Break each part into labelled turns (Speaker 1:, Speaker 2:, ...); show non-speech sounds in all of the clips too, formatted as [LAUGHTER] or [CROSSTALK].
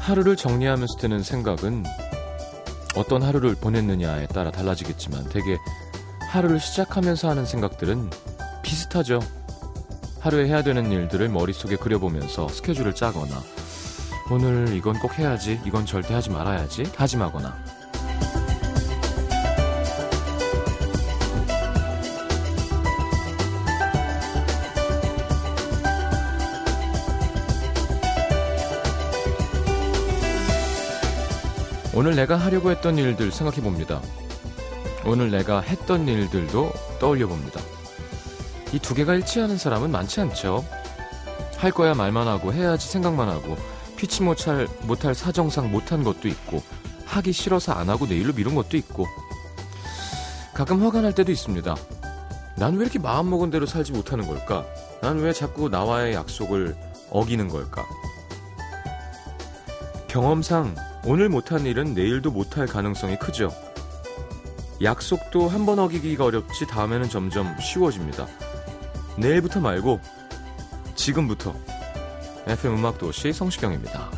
Speaker 1: 하루를 정리하면서 드는 생각은 어떤 하루를 보냈느냐에 따라 달라지겠지만 되게 하루를 시작하면서 하는 생각들은 비슷하죠. 하루에 해야 되는 일들을 머릿속에 그려보면서 스케줄을 짜거나 오늘 이건 꼭 해야지, 이건 절대 하지 말아야지 다짐하거나 오늘 내가 하려고 했던 일들 생각해 봅니다. 오늘 내가 했던 일들도 떠올려 봅니다. 이 두 개가 일치하는 사람은 많지 않죠. 할 거야 말만 하고 해야지 생각만 하고 피치 못할, 못할 사정상 못한 것도 있고 하기 싫어서 안 하고 내일로 미룬 것도 있고 가끔 화가 날 때도 있습니다. 난 왜 이렇게 마음먹은 대로 살지 못하는 걸까? 난 왜 자꾸 나와의 약속을 어기는 걸까? 경험상 오늘 못한 일은 내일도 못할 가능성이 크죠. 약속도 한 번 어기기가 어렵지 다음에는 점점 쉬워집니다. 내일부터 말고 지금부터 FM 음악도시 성시경입니다.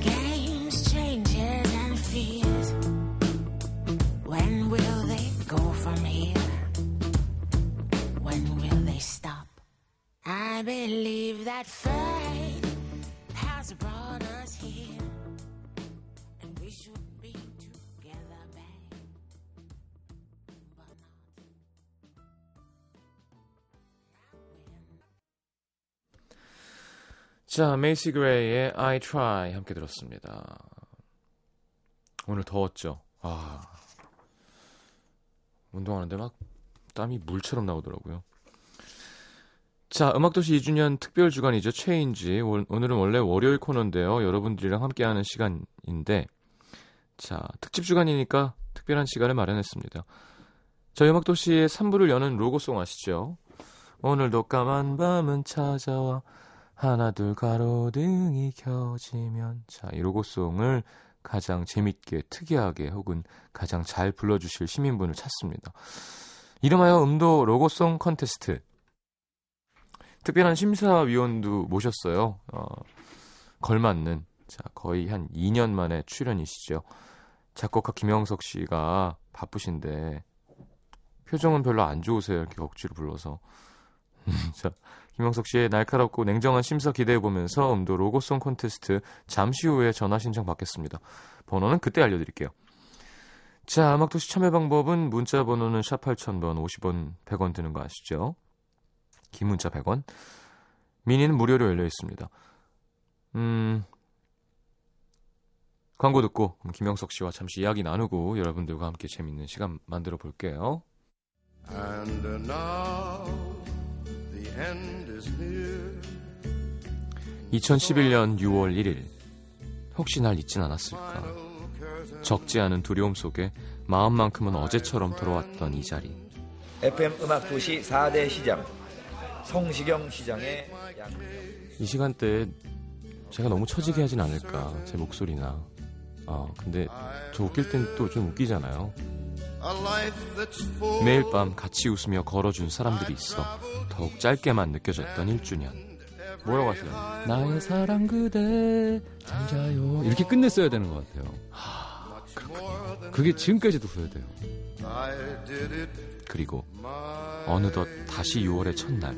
Speaker 2: Games, changes, and fears. When will they go from here? When will they stop? I believe that fate has brought us here, and we should be together, babe. But not.
Speaker 1: 자, 메이시 그레이의 I Try 함께 들었습니다. 오늘 더웠죠? 아. 운동하는데 막 땀이 물처럼 나오더라고요. 자, 음악도시 2주년 특별 주간이죠. 체인지. 월- 오늘은 원래 월요일 코너인데요. 여러분들이랑 함께하는 시간인데, 자, 특집 주간이니까 특별한 시간을 마련했습니다. 저희 음악도시의 3부를 여는 로고송 아시죠? 오늘도 까만 밤은 찾아와 하나 둘 가로등이 켜지면 자 이 로고송을 가장 재밌게 특이하게 혹은 가장 잘 불러주실 시민분을 찾습니다. 이름하여 음도 로고송 컨테스트 특별한 심사위원도 모셨어요. 어, 걸맞는 자 거의 한 2년 만에 출연이시죠. 작곡가 김영석 씨가 바쁘신데 표정은 별로 안 좋으세요. 이렇게 억지로 불러서 자 김영석 씨의 날카롭고 냉정한 심사 기대해 보면서 음도 로고송 콘테스트 잠시 후에 전화 신청 받겠습니다. 번호는 그때 알려드릴게요. 자, 음악도시 참여 방법은 문자 번호는 샵 8000번, 50원, 100원 드는 거 아시죠? 긴 문자 100원. 미니는 무료로 열려 있습니다. 음, 광고 듣고 그럼 김영석 씨와 잠시 이야기 나누고 여러분들과 함께 재밌는 시간 만들어 볼게요.
Speaker 3: And uh, now the end is near.
Speaker 1: 2011년 6월 1일. 혹시 날 잊진 않았을까?
Speaker 3: Final curtain.
Speaker 1: 적지 않은 두려움 속에 마음만큼은 어제처럼 돌아왔던 이 자리.
Speaker 4: FM 음악 도시 4대 시장 성시경 시장의 양.
Speaker 1: 이 시간대에 제가 너무 처지게 하진 않을까 제 목소리나. 아 근데 저 웃길 땐 또 좀 웃기잖아요.
Speaker 3: A life that's full.
Speaker 1: 매일 밤 같이 웃으며 걸어준 사람들이 있어 더욱 짧게만 느껴졌던 1주년. 뭐라고 하시나요?
Speaker 5: 나의 사랑 그대 잠자요 이렇게 끝냈어야 되는 것 같아요. 그게 지금까지도 그래야 돼요.
Speaker 3: I did it
Speaker 1: 그리고
Speaker 3: my
Speaker 1: 어느덧 다시 6월의 첫날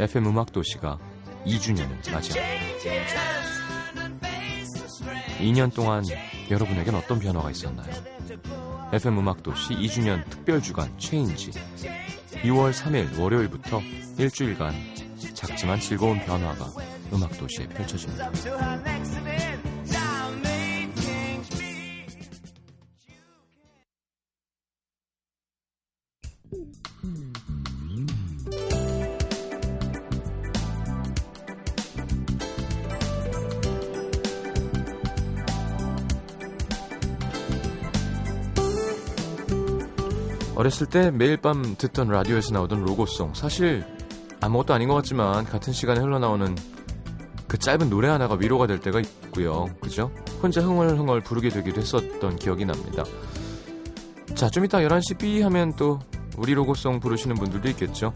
Speaker 1: FM 음악 도시가 2주년을 맞이합니다. 2년 동안 여러분에겐 어떤 변화가 있었나요? FM 음악 도시 2주년 특별 주간 체인지 6월 3일 월요일부터 일주일간 작지만 즐거운 변화가 음악 도시에 펼쳐집니다. 어렸을 때 매일 밤 듣던 라디오에서 나오던 로고송 사실 아무것도 아닌 것 같지만 같은 시간에 흘러나오는 그 짧은 노래 하나가 위로가 될 때가 있고요. 그죠? 혼자 흥얼흥얼 부르게 되기도 했었던 기억이 납니다. 자, 좀 이따 11시 B 하면 또 우리 로고송 부르시는 분들도 있겠죠.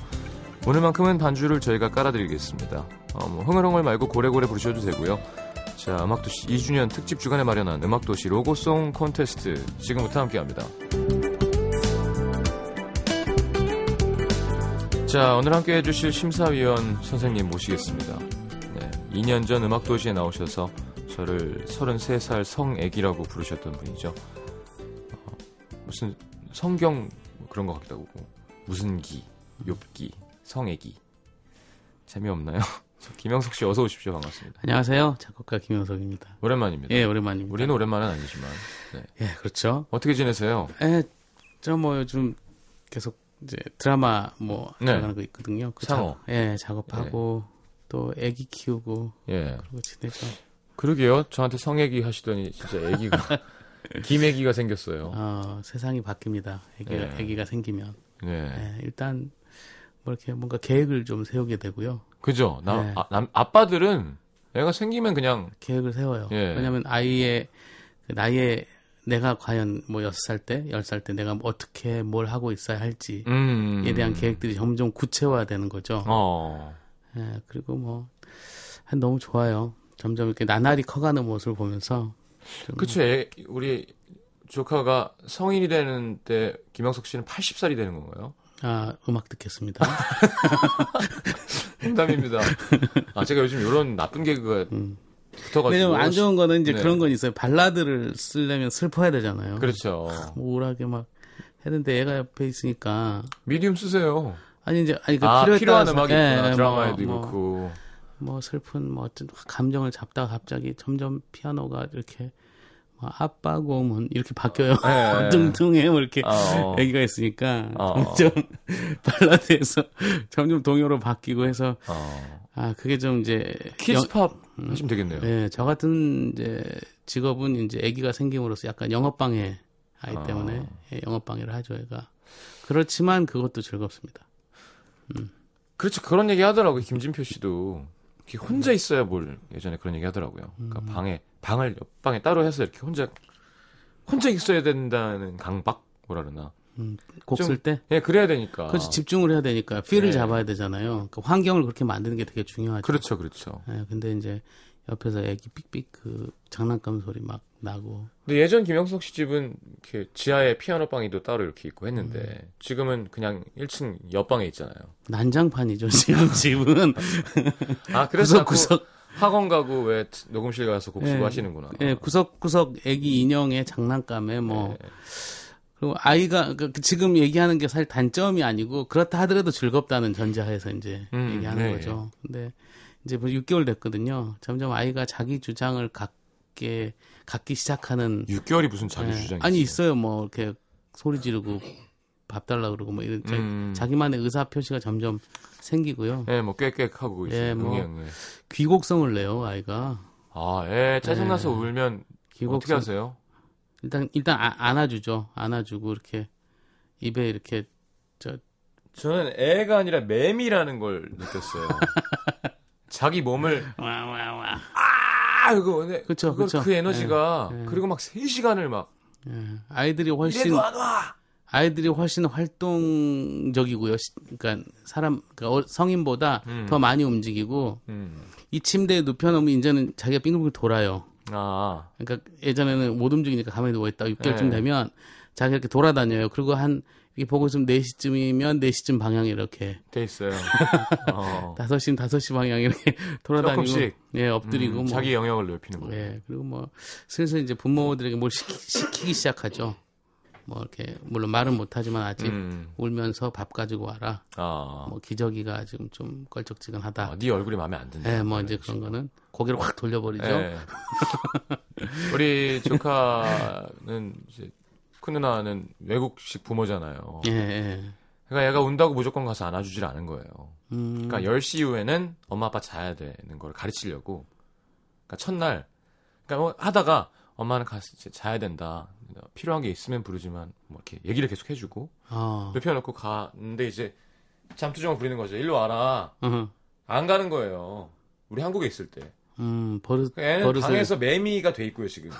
Speaker 1: 오늘만큼은 반주를 저희가 깔아드리겠습니다. 어, 뭐 흥얼흥얼 말고 고래고래 부르셔도 되고요. 자, 음악도시 2주년 특집 주간에 마련한 음악도시 로고송 콘테스트 지금부터 함께합니다. 자, 오늘 함께 해주실 심사위원 선생님 모시겠습니다. 네, 2년 전 음악도시에 나오셔서 저를 33살 성애기라고 부르셨던 분이죠. 어, 무슨 성경 그런 것 같기도 하고 무슨 기, 욥기, 성애기 재미없나요? [LAUGHS] 저 김영석 씨 어서 오십시오 반갑습니다.
Speaker 6: 안녕하세요. 작곡가 김영석입니다.
Speaker 1: 오랜만입니다.
Speaker 6: 예, 오랜만입니다.
Speaker 1: 우리는 오랜만은 아니지만
Speaker 6: 예,
Speaker 1: 네,
Speaker 6: 그렇죠.
Speaker 1: 어떻게 지내세요?
Speaker 6: 예, 저 뭐 요즘 계속 이제 드라마 뭐
Speaker 1: 네.
Speaker 6: 들어가는 거 있거든요. 그
Speaker 1: 상호.
Speaker 6: 작- 예, 작업하고
Speaker 1: 네.
Speaker 6: 또 아기 키우고
Speaker 1: 예.
Speaker 6: 그러고 지내죠.
Speaker 1: 그러게요. 저한테 성애기 하시더니 진짜 애기가 김애기가 생겼어요.
Speaker 6: 어, 세상이 바뀝니다. 아기가
Speaker 1: 예.
Speaker 6: 아기가 생기면
Speaker 1: 네.
Speaker 6: 예, 일단 뭐 이렇게 뭔가 계획을 좀 세우게 되고요.
Speaker 1: 그죠? 나,
Speaker 6: 네.
Speaker 1: 아, 남, 아빠들은 애가 생기면 그냥
Speaker 6: 계획을 세워요.
Speaker 1: 예.
Speaker 6: 왜냐하면 아이의 그 나이에 내가 과연 뭐 여섯 살 때, 열 살 때 내가 어떻게 뭘 하고 있어야 할지
Speaker 1: 음.
Speaker 6: 에 대한 계획들이 점점 구체화되는 거죠.
Speaker 1: 어.
Speaker 6: 예, 그리고 뭐 아, 너무 좋아요. 점점 이렇게 나날이 커가는 모습을 보면서 좀-
Speaker 1: 그쵸. 애, 우리 조카가 성인이 되는 때 김영석 씨는 80살이 되는 건가요?
Speaker 6: 아 음악
Speaker 1: [LAUGHS]
Speaker 6: 듣겠습니다. [LAUGHS]
Speaker 1: 농담입니다. 아, 제가 요즘 이런 나쁜 개그가 붙어가지고.
Speaker 6: 음. 왜냐면 안 좋은 거는 이제
Speaker 1: 네.
Speaker 6: 그런 건 있어요. 발라드를 쓰려면 슬퍼야 되잖아요.
Speaker 1: 그렇죠.
Speaker 6: 뭐 우울하게 막 했는데 얘가 옆에 있으니까
Speaker 1: 미디움 쓰세요.
Speaker 6: 아니 이제 아니 그
Speaker 1: 아,
Speaker 6: 필요에
Speaker 1: 필요한
Speaker 6: 따라서-
Speaker 1: 음악이
Speaker 6: 예,
Speaker 1: 있구나.
Speaker 6: 예,
Speaker 1: 드라마에도
Speaker 6: 뭐, 뭐,
Speaker 1: 그렇고.
Speaker 6: 뭐 슬픈 뭐 어떤 감정을 잡다가 갑자기 점점 피아노가 이렇게 뭐 아빠고 뭐 이렇게 바뀌어요.
Speaker 1: 예, 예.
Speaker 6: [LAUGHS] 둥둥해 뭐 이렇게
Speaker 1: 아, 어.
Speaker 6: 애기가 있으니까
Speaker 1: 어.
Speaker 6: 점점 [LAUGHS] 발라드에서 점점 동요로 바뀌고 해서
Speaker 1: 어.
Speaker 6: 아 그게 좀 이제
Speaker 1: 키즈팝 하시면 되겠네요.
Speaker 6: 예, 저 같은 이제 직업은 이제 아기가 생김으로써 약간 영업 방해 아이
Speaker 1: 어.
Speaker 6: 때문에 예, 영업 방해를 하죠 애가 그렇지만 그것도 즐겁습니다.
Speaker 1: 그렇죠. 그런 얘기 하더라고요. 김진표 씨도. 이렇게 혼자 있어야 뭘 예전에 그런 얘기 하더라고요. 그러니까 방에 방을 옆방에 따로 해서 이렇게 혼자 혼자 있어야 된다는 강박 뭐라 그러나.
Speaker 6: 곡
Speaker 1: 좀-
Speaker 6: 쓸 때
Speaker 1: 예, 그래야 되니까.
Speaker 6: 그렇지 집중을 해야 되니까 필을
Speaker 1: 예.
Speaker 6: 잡아야 되잖아요. 그 환경을 그렇게 만드는 게 되게 중요하죠.
Speaker 1: 그렇죠. 그렇죠.
Speaker 6: 예, 근데 이제 옆에서 애기 삑삑 그 장난감 소리 막 나고
Speaker 1: 근데 예전 김영석 씨 집은 이렇게 지하에 피아노 방이도 따로 이렇게 있고 했는데 지금은 그냥 1층 옆방에 있잖아요.
Speaker 6: 난장판이죠 [LAUGHS] 지금 집은
Speaker 1: 아, [LAUGHS] 그래서 자꾸
Speaker 6: 구석구석
Speaker 1: 학원 가고 왜 녹음실 가서 곡 쓰고
Speaker 6: 예.
Speaker 1: 하시는구나.
Speaker 6: 예, 구석구석 애기 인형의 장난감에 뭐
Speaker 1: 네.
Speaker 6: 그리고 아이가 그- 그 지금 얘기하는 게 사실 단점이 아니고 그렇다 하더라도 즐겁다는 전제하에서 이제
Speaker 1: 음,
Speaker 6: 얘기하는
Speaker 1: 네.
Speaker 6: 거죠. 근데 이제 벌써 6개월 됐거든요. 점점 아이가 자기 주장을 갖게 갖기 시작하는
Speaker 1: 6개월이 무슨 자기
Speaker 6: 예,
Speaker 1: 주장이
Speaker 6: 아니 있어요. 뭐 이렇게 소리 지르고 밥 달라 그러고 뭐 이런 자-
Speaker 1: 음.
Speaker 6: 자기만의 의사 표시가 점점 생기고요.
Speaker 1: 예, 뭐 꽥꽥 하고 이제
Speaker 6: 예, 뭐.
Speaker 1: 응애응애.
Speaker 6: 귀곡성을 내요 아이가.
Speaker 1: 아, 예,
Speaker 6: 네.
Speaker 1: 짜증나서 울면 어떻게
Speaker 6: 귀곡성
Speaker 1: 하세요?
Speaker 6: 일단 일단 아- 안아주죠. 안아주고 이렇게 입에 이렇게
Speaker 1: 저는 애가 아니라 매미라는 걸 느꼈어요. [LAUGHS] 자기 몸을
Speaker 6: 와와와.
Speaker 1: 아 이거 네,
Speaker 6: 그쵸,
Speaker 1: 그걸
Speaker 6: 그쵸.
Speaker 1: 그 에너지가
Speaker 6: 예, 예.
Speaker 1: 그리고 막 3시간을 막
Speaker 6: 예, 아이들이 훨씬
Speaker 1: 이래도 안 와.
Speaker 6: 아이들이 훨씬 활동적이고요. 시- 그러니까 사람 그러니까 어- 성인보다
Speaker 1: 음.
Speaker 6: 더 많이 움직이고
Speaker 1: 음.
Speaker 6: 이 침대에 눕혀놓으면 이제는 자기가 빙글빙글 돌아요.
Speaker 1: 아.
Speaker 6: 그러니까 예전에는 못 움직이니까 가만히 누워있다. 6개월쯤
Speaker 1: 네.
Speaker 6: 되면 자기가 이렇게 돌아다녀요. 그리고 한 이렇게 보고 있으면 4시쯤이면 4시쯤 방향 이렇게 [LAUGHS]
Speaker 1: 돼 있어요. 어.
Speaker 6: 5시면 5시 방향 이렇게 [LAUGHS] 돌아다니고
Speaker 1: 조금씩.
Speaker 6: 예
Speaker 1: 음,
Speaker 6: 엎드리고 뭐
Speaker 1: 자기 영역을 넓히는 거.
Speaker 6: 예, 그리고 뭐 슬슬 이제 부모들에게 뭘 시키, 기 시작하죠. 뭐 이렇게 물론 말은 못하지만 아직
Speaker 1: 음.
Speaker 6: 울면서 밥 가지고 와라.
Speaker 1: 아.
Speaker 6: 뭐 기저귀가 지금 좀
Speaker 1: 아,
Speaker 6: 껄쩍지근하다.
Speaker 1: 네 얼굴이 마음에 안 든다.
Speaker 6: 예, 뭐 이제 그런 거는 고개를 확 돌려버리죠.
Speaker 1: 네,
Speaker 6: [LAUGHS]
Speaker 1: 예. 우리 조카는 이제 큰 누나는 외국식 부모잖아요.
Speaker 6: 예, 예.
Speaker 1: 그러니까 얘가 운다고 무조건 가서 안아주질 않은 거예요.
Speaker 6: 음,
Speaker 1: 그러니까 10시 이후에는 엄마 아빠 자야 되는 걸 가르치려고. 그러니까 첫날. 그러니까 뭐 하다가 엄마는 가서 이제 자야 된다. 필요한 게 있으면 부르지만 뭐 이렇게 얘기를 계속 해주고
Speaker 6: 어.
Speaker 1: 눕혀 놓고 가는데 이제 잠투정을 부리는 거죠. 일로 와라.
Speaker 6: 어허.
Speaker 1: 안 가는 거예요. 우리 한국에 있을 때.
Speaker 6: 음, 버릇,
Speaker 1: 그 애는
Speaker 6: 버릇을.
Speaker 1: 방에서 매미가 돼 있고요 지금.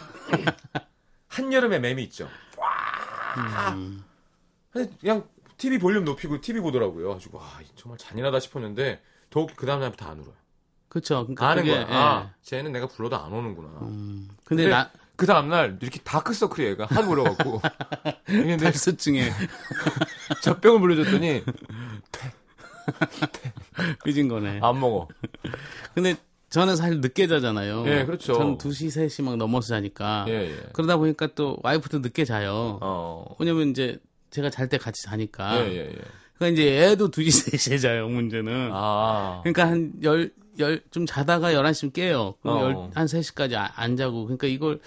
Speaker 1: [LAUGHS] 한 여름에 매미 있죠.
Speaker 6: 음.
Speaker 1: 근데 그냥 TV 볼륨 높이고 TV 보더라고요. 가지고 와 정말 잔인하다 싶었는데 더욱 그 다음 날부터 안 울어요.
Speaker 6: 그쵸. 그러니까
Speaker 1: 아는
Speaker 6: 그게,
Speaker 1: 거야.
Speaker 6: 예.
Speaker 1: 아, 쟤는 내가 불러도 안 오는구나.
Speaker 6: 음, 근데,
Speaker 1: [LAUGHS] 근데
Speaker 6: 나,
Speaker 1: 그 다음 날 이렇게 다크서클이 얘가 확
Speaker 6: [LAUGHS]
Speaker 1: 울어갖고 이게 내
Speaker 6: 탈수증에 [LAUGHS]
Speaker 1: 젖병을 물려줬더니
Speaker 6: 삐진 거네.
Speaker 1: 안 먹어.
Speaker 6: 근데 저는 사실 늦게 자잖아요.
Speaker 1: 예, 그렇죠.
Speaker 6: 저는 2시, 3시 막 넘어서 자니까.
Speaker 1: 예, 예.
Speaker 6: 아. 그러다 보니까 또 와이프도 늦게 자요.
Speaker 1: 어.
Speaker 6: 왜냐면 이제 제가 잘 때 같이
Speaker 1: 예,
Speaker 6: 자니까.
Speaker 1: 예, 예.
Speaker 6: 그러니까 이제 애도 2시, [LAUGHS] 3시에 자요, 문제는.
Speaker 1: 아.
Speaker 6: 그러니까 한 열, 열, 좀 자다가 11시쯤 깨요. 그럼
Speaker 1: 어.
Speaker 6: 열, 한 3시까지 안, 안 자고. 그러니까 이걸,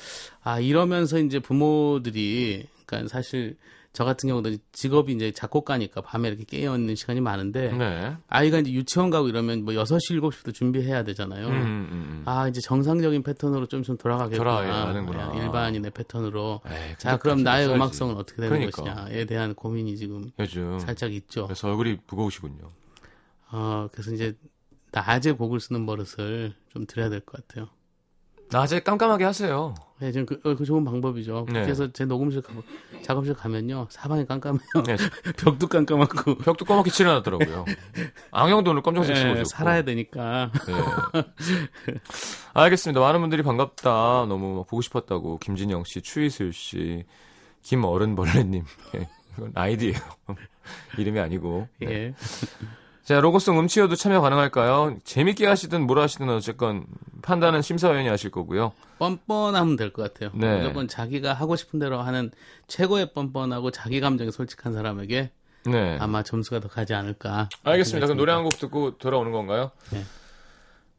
Speaker 6: 아, 이러면서 이제 부모들이, 그러니까 사실 저 같은 경우도 직업이 이제 작곡가니까 밤에 이렇게 깨어있는 시간이 많은데,
Speaker 1: 네.
Speaker 6: 아이가 이제 유치원 가고 이러면 뭐 6시, 7시부터 준비해야 되잖아요.
Speaker 1: 음, 음, 음.
Speaker 6: 아, 이제 정상적인 패턴으로 좀 좀 돌아가겠구나. 예,
Speaker 1: 돌아가야 되는구나.
Speaker 6: 일반인의 패턴으로.
Speaker 1: 에이,
Speaker 6: 아. 자, 그럼 나의
Speaker 1: 그래야지.
Speaker 6: 음악성은 어떻게 되는
Speaker 1: 그러니까.
Speaker 6: 것이냐에 대한 고민이 지금
Speaker 1: 요즘
Speaker 6: 살짝 있죠.
Speaker 1: 아, 그래서 얼굴이 무거우시군요.
Speaker 6: 어, 그래서 이제 낮에 곡을 쓰는 버릇을 좀 들여야 될 것 같아요.
Speaker 1: 낮에 깜깜하게 하세요.
Speaker 6: 네, 지금 그, 어, 그 좋은 방법이죠.
Speaker 1: 네.
Speaker 6: 그래서 제 녹음실 가고 작업실 가면요 사방이 깜깜해요.
Speaker 1: 네.
Speaker 6: [LAUGHS]
Speaker 1: 어,
Speaker 6: 벽도 깜깜하고.
Speaker 1: 벽도 까맣게 칠해놨더라고요. 앙영도 오늘 검정색 치고
Speaker 6: 네, 살아야 되니까.
Speaker 1: 예. 알겠습니다. 많은 분들이 반갑다. 너무 막 보고 싶었다고. 김진영 씨, 추이슬 씨, 김어른벌레님. 예, 이건 아이디예요. [LAUGHS] 이름이 아니고.
Speaker 6: 예.
Speaker 1: 자, 로고송 음치어도 참여 가능할까요? 재밌게 하시든 뭐라 하시든 어쨌건 판단은 심사위원이 하실 거고요.
Speaker 6: 뻔뻔하면 될 것 같아요.
Speaker 1: 네.
Speaker 6: 무조건 자기가 하고 싶은 대로 하는 최고의 뻔뻔하고 자기 감정에 솔직한 사람에게
Speaker 1: 네.
Speaker 6: 아마 점수가 더 가지 않을까.
Speaker 1: 알겠습니다. 그럼 노래
Speaker 6: 생각합니다.
Speaker 1: 한 곡 듣고 돌아오는 건가요?
Speaker 6: 네.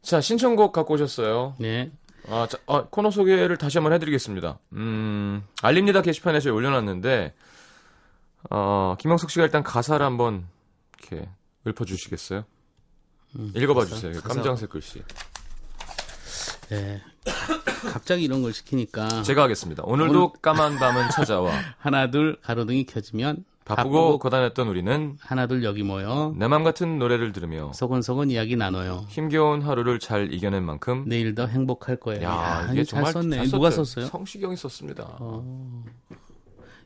Speaker 1: 자, 신청곡 갖고 오셨어요.
Speaker 6: 네.
Speaker 1: 아, 자, 아, 코너 소개를 다시 한번 해드리겠습니다. 음, 알립니다 게시판에 제가 올려놨는데, 어, 김영석 씨가 일단 가사를 한번 이렇게 읊어주시겠어요? 읽어봐
Speaker 6: 가사,
Speaker 1: 주세요.
Speaker 6: 가사.
Speaker 1: 깜장색 글씨.
Speaker 6: 네. 갑자기 이런 걸 시키니까
Speaker 1: 제가 하겠습니다. 오늘도 까만 밤은 찾아와.
Speaker 6: 하나 둘 가로등이 켜지면
Speaker 1: 바쁘고 네. 고단했던 우리는
Speaker 6: 하나 둘 여기 모여
Speaker 1: 내 맘 같은 노래를 들으며
Speaker 6: 소곤소곤 이야기 나눠요.
Speaker 1: 힘겨운 하루를 잘 이겨낸 만큼.
Speaker 6: 내일 더 행복할 거예요.
Speaker 1: 야,
Speaker 6: 네. 야,
Speaker 1: 이게
Speaker 6: 이게 잘
Speaker 1: 정말
Speaker 6: 썼네.
Speaker 1: 잘
Speaker 6: 누가
Speaker 1: 썼어요.
Speaker 6: 썼어요?
Speaker 1: 성시경이 썼습니다.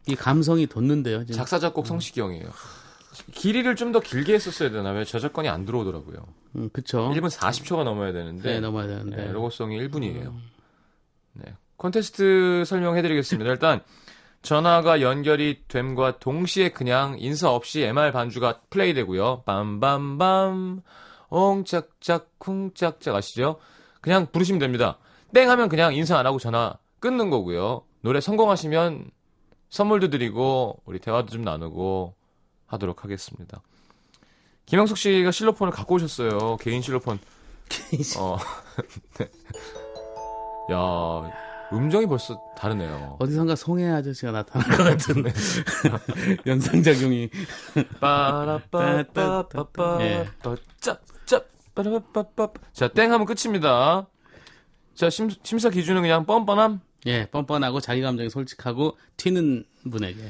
Speaker 6: 이 감성이 돋는데요. 지금.
Speaker 1: 작사 작곡 성시경이에요. 길이를 좀 더 길게 했었어야 되나 왜 저작권이 안 들어오더라고요.
Speaker 6: 음, 그쵸.
Speaker 1: 1분 40초가 넘어야
Speaker 6: 네,
Speaker 1: 되는데
Speaker 6: 넘어야
Speaker 1: 네,
Speaker 6: 되는데.
Speaker 1: 로고송이 1분이에요. 네. 콘테스트 설명해 드리겠습니다. 일단 전화가 연결이 됨과 동시에 그냥 인사 없이 MR 반주가 플레이되고요. 빰빰빰 옹짝짝 쿵짝짝 아시죠? 그냥 부르시면 됩니다. 땡 하면 그냥 인사 안 하고 전화 끊는 거고요. 노래 성공하시면 선물도 드리고 우리 대화도 좀 나누고 하도록 하겠습니다. 김영숙 씨가 실로폰을 갖고 오셨어요. 개인 실로폰. 어. [LAUGHS] 네. 야, 음정이 벌써 다르네요.
Speaker 6: 어디선가 송혜 아저씨가
Speaker 1: [LAUGHS]
Speaker 6: 나타난 것 같은
Speaker 1: 네.
Speaker 6: [LAUGHS] 연상작용이.
Speaker 1: 빠라빠빠빠빠.
Speaker 6: 예.
Speaker 1: 짭, 짭. 빠라빠빠빠. 자, 땡 하면 끝입니다. 자, 심, 심사 기준은 그냥 뻔뻔함.
Speaker 6: 예, 뻔뻔하고 자기 감정이 솔직하고 튀는 분에게.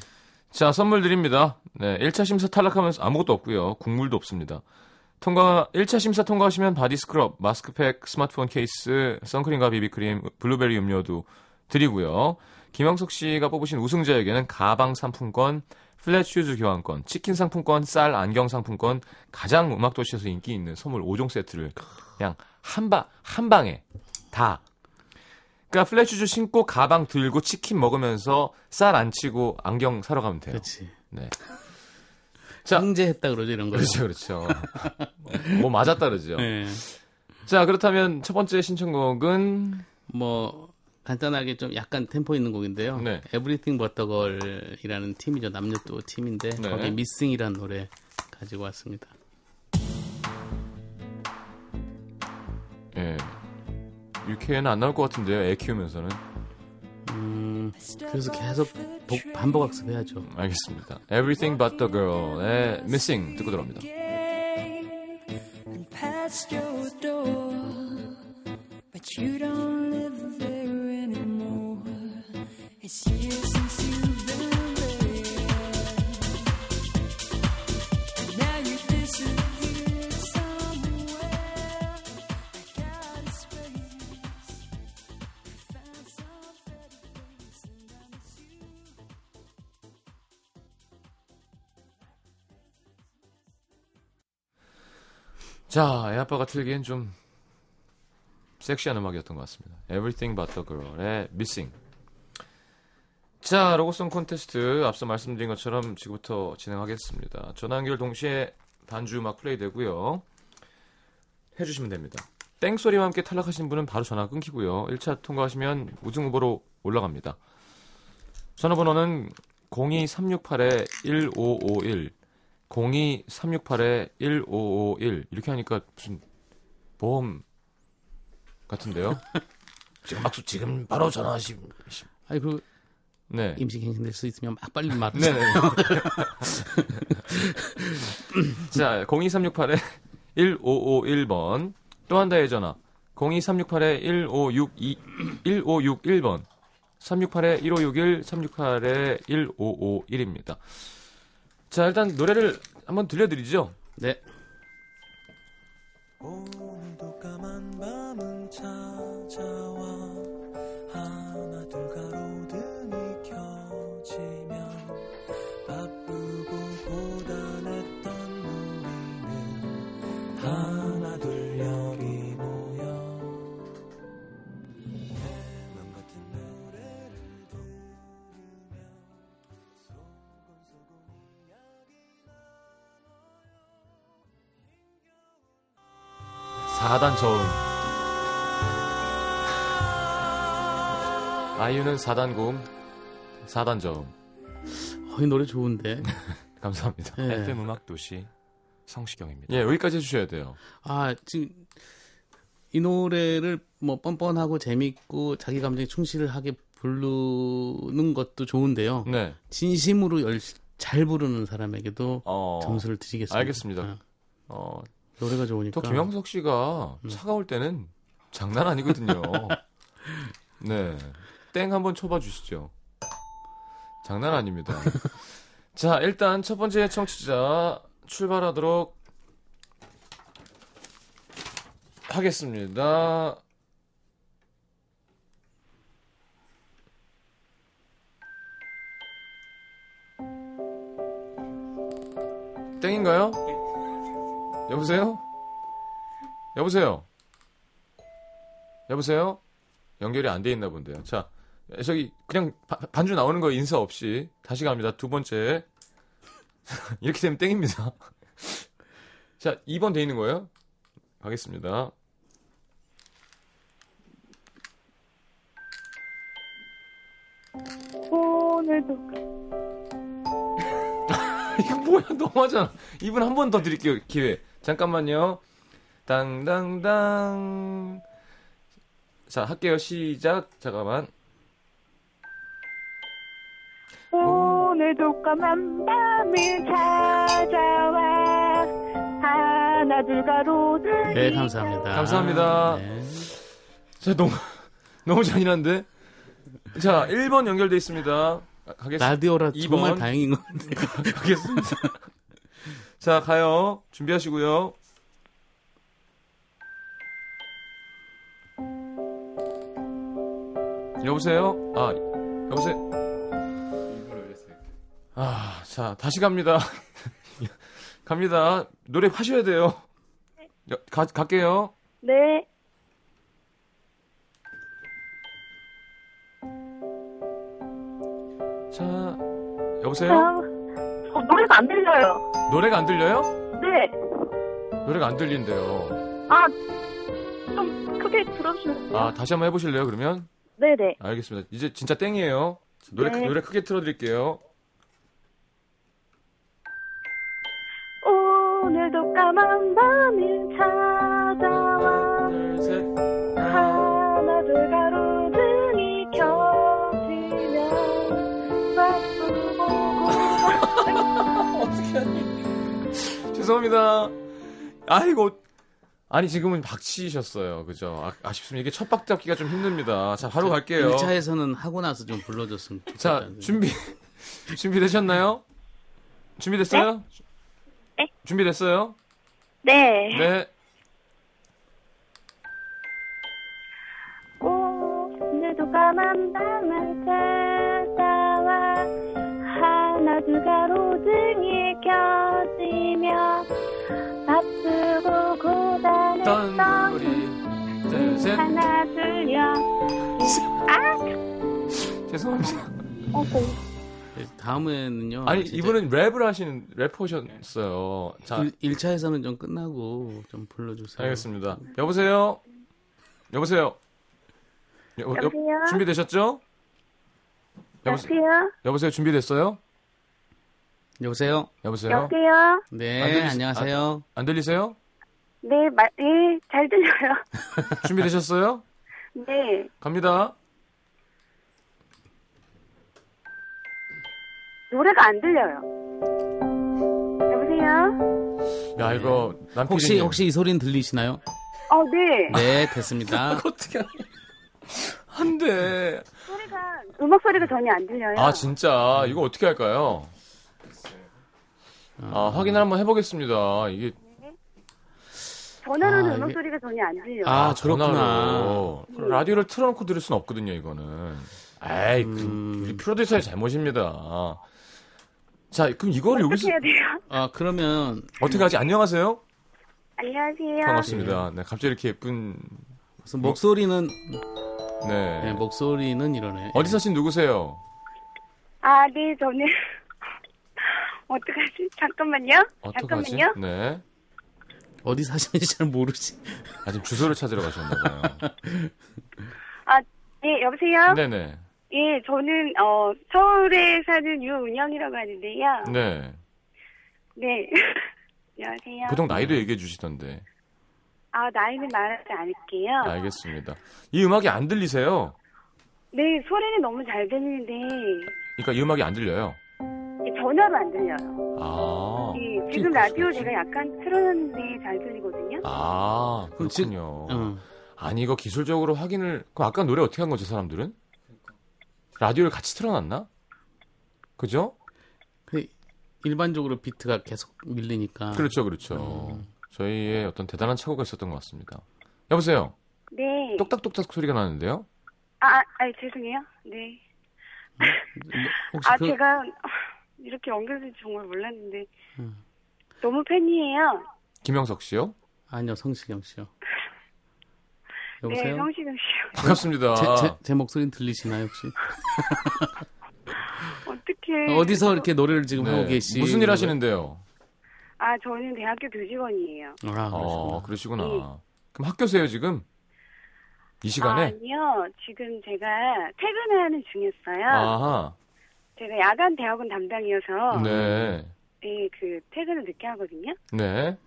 Speaker 1: 자, 선물 드립니다. 네, 1차 심사 탈락하면서 아무것도 없고요. 국물도 없습니다. 통과 1차 심사 통과하시면 바디 스크럽, 마스크팩, 스마트폰 케이스, 선크림과 비비크림, 블루베리 음료도 드리고요. 김영석 씨가 뽑으신 우승자에게는 가방 상품권, 플랫 슈즈 교환권, 치킨 상품권, 쌀 안경 상품권, 가장 음악 도시에서 인기 있는 선물 5종 세트를 그냥 한방한 방에 다 그러니까 플랫 슈즈 신고 가방 들고 치킨 먹으면서 쌀 안 치고 안경 사러 가면 돼요.
Speaker 6: 그렇지.
Speaker 1: 네. 자.
Speaker 6: 강제했다 그러죠, 이런 거.
Speaker 1: 그렇죠, 그렇죠. 뭐 맞아 따르죠.
Speaker 6: 예.
Speaker 1: 자, 그렇다면 첫 번째 신청곡은
Speaker 6: 뭐, 간단하게 좀 약간 템포 있는 곡인데요.
Speaker 1: 네.
Speaker 6: Everything But The Girl이라는 팀이죠. 남녀도 팀인데,
Speaker 1: 네.
Speaker 6: 거기 Missing이라는 노래 가지고 왔습니다.
Speaker 1: 예. 6회에는 안 나올 것 같은데요. 애 키우면서는.
Speaker 6: 음, 그래서 계속 복- 반복 학습해야죠.
Speaker 1: 알겠습니다. Everything but the girl의 Missing 듣고 들어옵니다.
Speaker 7: And past your door, but you don't live there anymore. It's years since you've been there. And now you disappeared somewhere. I gotta explain.
Speaker 1: 자, 애 아빠가 틀기엔 좀 섹시한 음악이었던 것 같습니다. Everything But The Girl의 Missing. 자, 로고송 콘테스트 앞서 말씀드린 것처럼 지금부터 진행하겠습니다. 전화 연결 동시에 반주 음악 플레이 되고요. 해주시면 됩니다. 땡소리와 함께 탈락하신 분은 바로 전화 끊기고요. 1차 통과하시면 우승 후보로 올라갑니다. 전화번호는 02368-1551 02368-1551 이렇게 하니까 무슨 보험 같은데요? [LAUGHS] 지금 막수 지금 바로 전화하시면
Speaker 6: 아니 그
Speaker 1: 네.
Speaker 6: 임시갱신될 수 있으면 막 빨리 말.
Speaker 1: 네네. 자, 02368에 1551번 또 한 대의 전화 02368에 1562 1561번 368에 1561 368에 1551입니다. 자, 일단 노래를 한번 들려드리죠.
Speaker 6: 네.
Speaker 8: 오늘도 까만 밤은 찾아와 하나 둘 가로등이 켜지면 바쁘고 고단했던 우리는 하나 둘 여기 모여 내맘 같은 노래를 들으며 소곤소곤 이야기
Speaker 1: 4단 저음. 아이유는 4단 고음, 4단 저음.
Speaker 6: 어, 이 노래 좋은데.
Speaker 1: 감사합니다.
Speaker 6: 예.
Speaker 9: FM 음악 도시 성시경입니다.
Speaker 1: 예, 여기까지 해주셔야 돼요.
Speaker 6: 아 지금 이 노래를 뭐 뻔뻔하고 재밌고 자기 감정에 충실하게 부르는 것도 좋은데요.
Speaker 1: 네.
Speaker 6: 진심으로 열, 잘 부르는 사람에게도
Speaker 1: 어.
Speaker 6: 점수를 드리겠습니다.
Speaker 1: 알겠습니다.
Speaker 6: 아,
Speaker 1: 어,
Speaker 6: 노래가 좋으니까. 음.
Speaker 1: 또 김영석 씨가 차가울 때는
Speaker 6: [LAUGHS]
Speaker 1: 장난 아니거든요. 네. 땡 한번 쳐봐 주시죠. 장난
Speaker 6: [LAUGHS]
Speaker 1: 아닙니다. 자, 일단 첫 번째 청취자 출발하도록 하겠습니다. 땡인가요? 여보세요? 여보세요? 여보세요? 연결이 안 돼 있나 본데요. 자, 저기 그냥 바- 반주 나오는 거 인사 없이 다시 갑니다. 두 번째. [LAUGHS] 이렇게 되면 땡입니다. [LAUGHS] 자, 2번 돼 있는 거예요? 가겠습니다. [LAUGHS] 이거 뭐야 너무하잖아. 이분 한 번 더 드릴게요 기회. 잠깐만요. 당당당. 자 할게요 시작. 잠깐만.
Speaker 10: 오늘도 까만 밤이 찾아와 하나 둘 가로등
Speaker 6: 네 감사합니다.
Speaker 1: 감사합니다.
Speaker 6: 네.
Speaker 1: 자 너무 [LAUGHS] 너무 잔인한데. 자 1번 연결돼 있습니다. 아, 가- 가겠습니다.
Speaker 6: 라디오라
Speaker 1: 이번.
Speaker 6: 정말 다행인 것 같아요.
Speaker 1: 가겠습니다. [LAUGHS] 자 가요. 준비하시고요. 여보세요? 아, 여보세요? 아, 자, 다시 갑니다. [LAUGHS] 갑니다. 노래 하셔야 돼요. 여, 가, 갈게요.
Speaker 10: 네
Speaker 1: 자, 여보세요?
Speaker 10: 아, 어, 노래가 안 들려요
Speaker 1: 노래가 안 들려요?
Speaker 10: 네아
Speaker 1: 노래가 안 들린대요.
Speaker 10: 좀 크게 들어주세요
Speaker 1: 아, 다시 한번 해보실래요, 그러면?
Speaker 10: 네네
Speaker 1: 알겠습니다. 이제 진짜 땡이에요. 노래 크-
Speaker 10: 네.
Speaker 1: 노래 크게 틀어드릴게요.
Speaker 10: 오늘도 까만 밤이 찾아와 하나 둘 가로등이 켜지면 바쁘고
Speaker 1: 죄송합니다. 아이고. 어- 아니 지금은 박치셨어요. 그죠? 아, 쉽습니다 이게 첫 박자 잡기가 좀 힘듭니다. 자, 바로 갈게요.
Speaker 6: 1차에서는 하고 나서 좀 불러줬으면 좋겠다.
Speaker 1: 자, 준비 [LAUGHS] 준비되셨나요? 준비됐어요?
Speaker 10: 네?
Speaker 1: 준비됐어요?
Speaker 10: 네
Speaker 1: 네.
Speaker 10: 오늘도 까만 밤을 찾아와 하나 둘 가로등이 켜지며 바쁘고 아,
Speaker 1: 죄송합니다.
Speaker 6: 네, 다음에는요.
Speaker 1: 아니
Speaker 6: 진짜
Speaker 1: 이분은 랩을 하시는 래퍼셨어요. 자,
Speaker 6: 일 1차에서는 좀 끝나고 좀 불러주세요.
Speaker 1: 네, 알겠습니다. 여보세요. 여보세요. 여,
Speaker 10: 여보세요?
Speaker 1: 준비되셨죠? 여보세요.
Speaker 10: 여보세요?
Speaker 1: 여보세요. 준비됐어요?
Speaker 6: 여보세요.
Speaker 1: 여보세요.
Speaker 10: 여보세요?
Speaker 6: 네,
Speaker 1: 안 들리-
Speaker 6: 안녕하세요.
Speaker 1: 안, 안 들리세요?
Speaker 10: 네, 마, 예, 잘 들려요. [LAUGHS]
Speaker 1: 준비되셨어요?
Speaker 10: 네,
Speaker 1: 갑니다.
Speaker 10: 노래가 안 들려요. 여보세요?
Speaker 1: 야 이거 남
Speaker 6: 혹시
Speaker 1: PD님.
Speaker 6: 혹시 이 소리는 들리시나요?
Speaker 10: 어, 네.
Speaker 1: 아.
Speaker 6: 네,
Speaker 1: [LAUGHS]
Speaker 6: 됐습니다.
Speaker 1: 어떻게 안 돼.
Speaker 10: 소리가, 음악 소리가 전혀 안 들려요.
Speaker 1: 아 진짜 이거 어떻게 할까요? 아 확인을 한번 해보겠습니다. 이게
Speaker 10: 전화로는
Speaker 1: 아,
Speaker 10: 음악
Speaker 1: 이게-
Speaker 10: 소리가 전혀 안 들려요.
Speaker 6: 아, 그렇구나.
Speaker 1: 전화로. 그럼 라디오를 틀어놓고 들을 순 없거든요 이거는. 에이 그
Speaker 6: 음.
Speaker 1: 우리 프로듀서의 잘못입니다. 자 그럼 이거를 여기서
Speaker 10: 어떻게 해야 돼요?
Speaker 6: 아, 그러면
Speaker 1: 어떻게 하지? 안녕하세요.
Speaker 10: [LAUGHS] 안녕하세요.
Speaker 1: 반갑습니다. 네 갑자기 이렇게 예쁜
Speaker 6: 무슨 목소리는
Speaker 1: 네,
Speaker 6: 네, 목소리는 이러네.
Speaker 1: 어디 사신 누구세요?
Speaker 10: 아, 네, 저는. [LAUGHS] 어떡하지? 잠깐만요.
Speaker 1: 어떡하지?
Speaker 10: 잠깐만요.
Speaker 1: 아, 네.
Speaker 6: 예. 어디 사시는지 잘 모르지.
Speaker 1: 아 지금 주소를 찾으러 가셨나봐요.
Speaker 10: 아, 네, 여보세요?
Speaker 1: 네네.
Speaker 10: 예, 저는, 어, 서울에 사는 유은영이라고 하는데요.
Speaker 1: 네.
Speaker 10: 네. [LAUGHS] 안녕하세요.
Speaker 1: 보통 나이도 얘기해 주시던데.
Speaker 10: 아, 나이는 말하지 않을게요.
Speaker 1: 아, 알겠습니다. 이 음악이 안 들리세요?
Speaker 10: 네, 소리는 너무 잘 들리는데,
Speaker 1: 그러니까 이 음악이 안 들려요.
Speaker 10: 전화로 안 들려요.
Speaker 1: 아.
Speaker 10: 예, 지금 라디오 제가 약간 틀어놨는데 잘 들리거든요.
Speaker 1: 아, 그렇군요.
Speaker 6: 응.
Speaker 1: 아니 이거 기술적으로 확인을 그럼 아까 노래 어떻게 한 거죠, 사람들은? 라디오를 같이 틀어놨나? 그죠?
Speaker 6: 그 일반적으로 비트가 계속 밀리니까.
Speaker 1: 그렇죠, 그렇죠. 저희의 어떤 대단한 착오가 있었던 것 같습니다. 여보세요.
Speaker 10: 네.
Speaker 1: 똑딱똑딱 소리가 나는데요.
Speaker 10: 아, 아, 아이, 죄송해요. 네.
Speaker 6: 혹시
Speaker 10: 아,
Speaker 6: 그
Speaker 10: 제가 [LAUGHS] 이렇게 연결될 줄 정말 몰랐는데,
Speaker 6: 음.
Speaker 10: 너무 팬이에요.
Speaker 1: 김영석 씨요.
Speaker 6: 아니요, 성시경 씨요.
Speaker 10: 네,
Speaker 6: 여보세요?
Speaker 10: 성시경 씨.
Speaker 1: 아, 반갑습니다.
Speaker 6: 제, 제, 제 목소리는 들리시나요, 혹시?
Speaker 10: [LAUGHS] 어떻게.
Speaker 6: 어디서 이렇게 노래를 지금
Speaker 1: 네,
Speaker 6: 하고 계시
Speaker 1: 무슨 일 하시는데요?
Speaker 10: 아, 저는 대학교 교직원이에요.
Speaker 6: 아,
Speaker 1: 어,
Speaker 6: 그러시구나.
Speaker 1: 그러시구나.
Speaker 10: 네.
Speaker 1: 그럼 학교세요 지금? 이 시간에?
Speaker 10: 아니요. 지금 제가 퇴근하는 중이었어요.
Speaker 1: 아하.
Speaker 10: 제가 야간 대학원 담당이어서
Speaker 1: 네.
Speaker 10: 네, 그 퇴근을 늦게 하거든요.
Speaker 1: 네.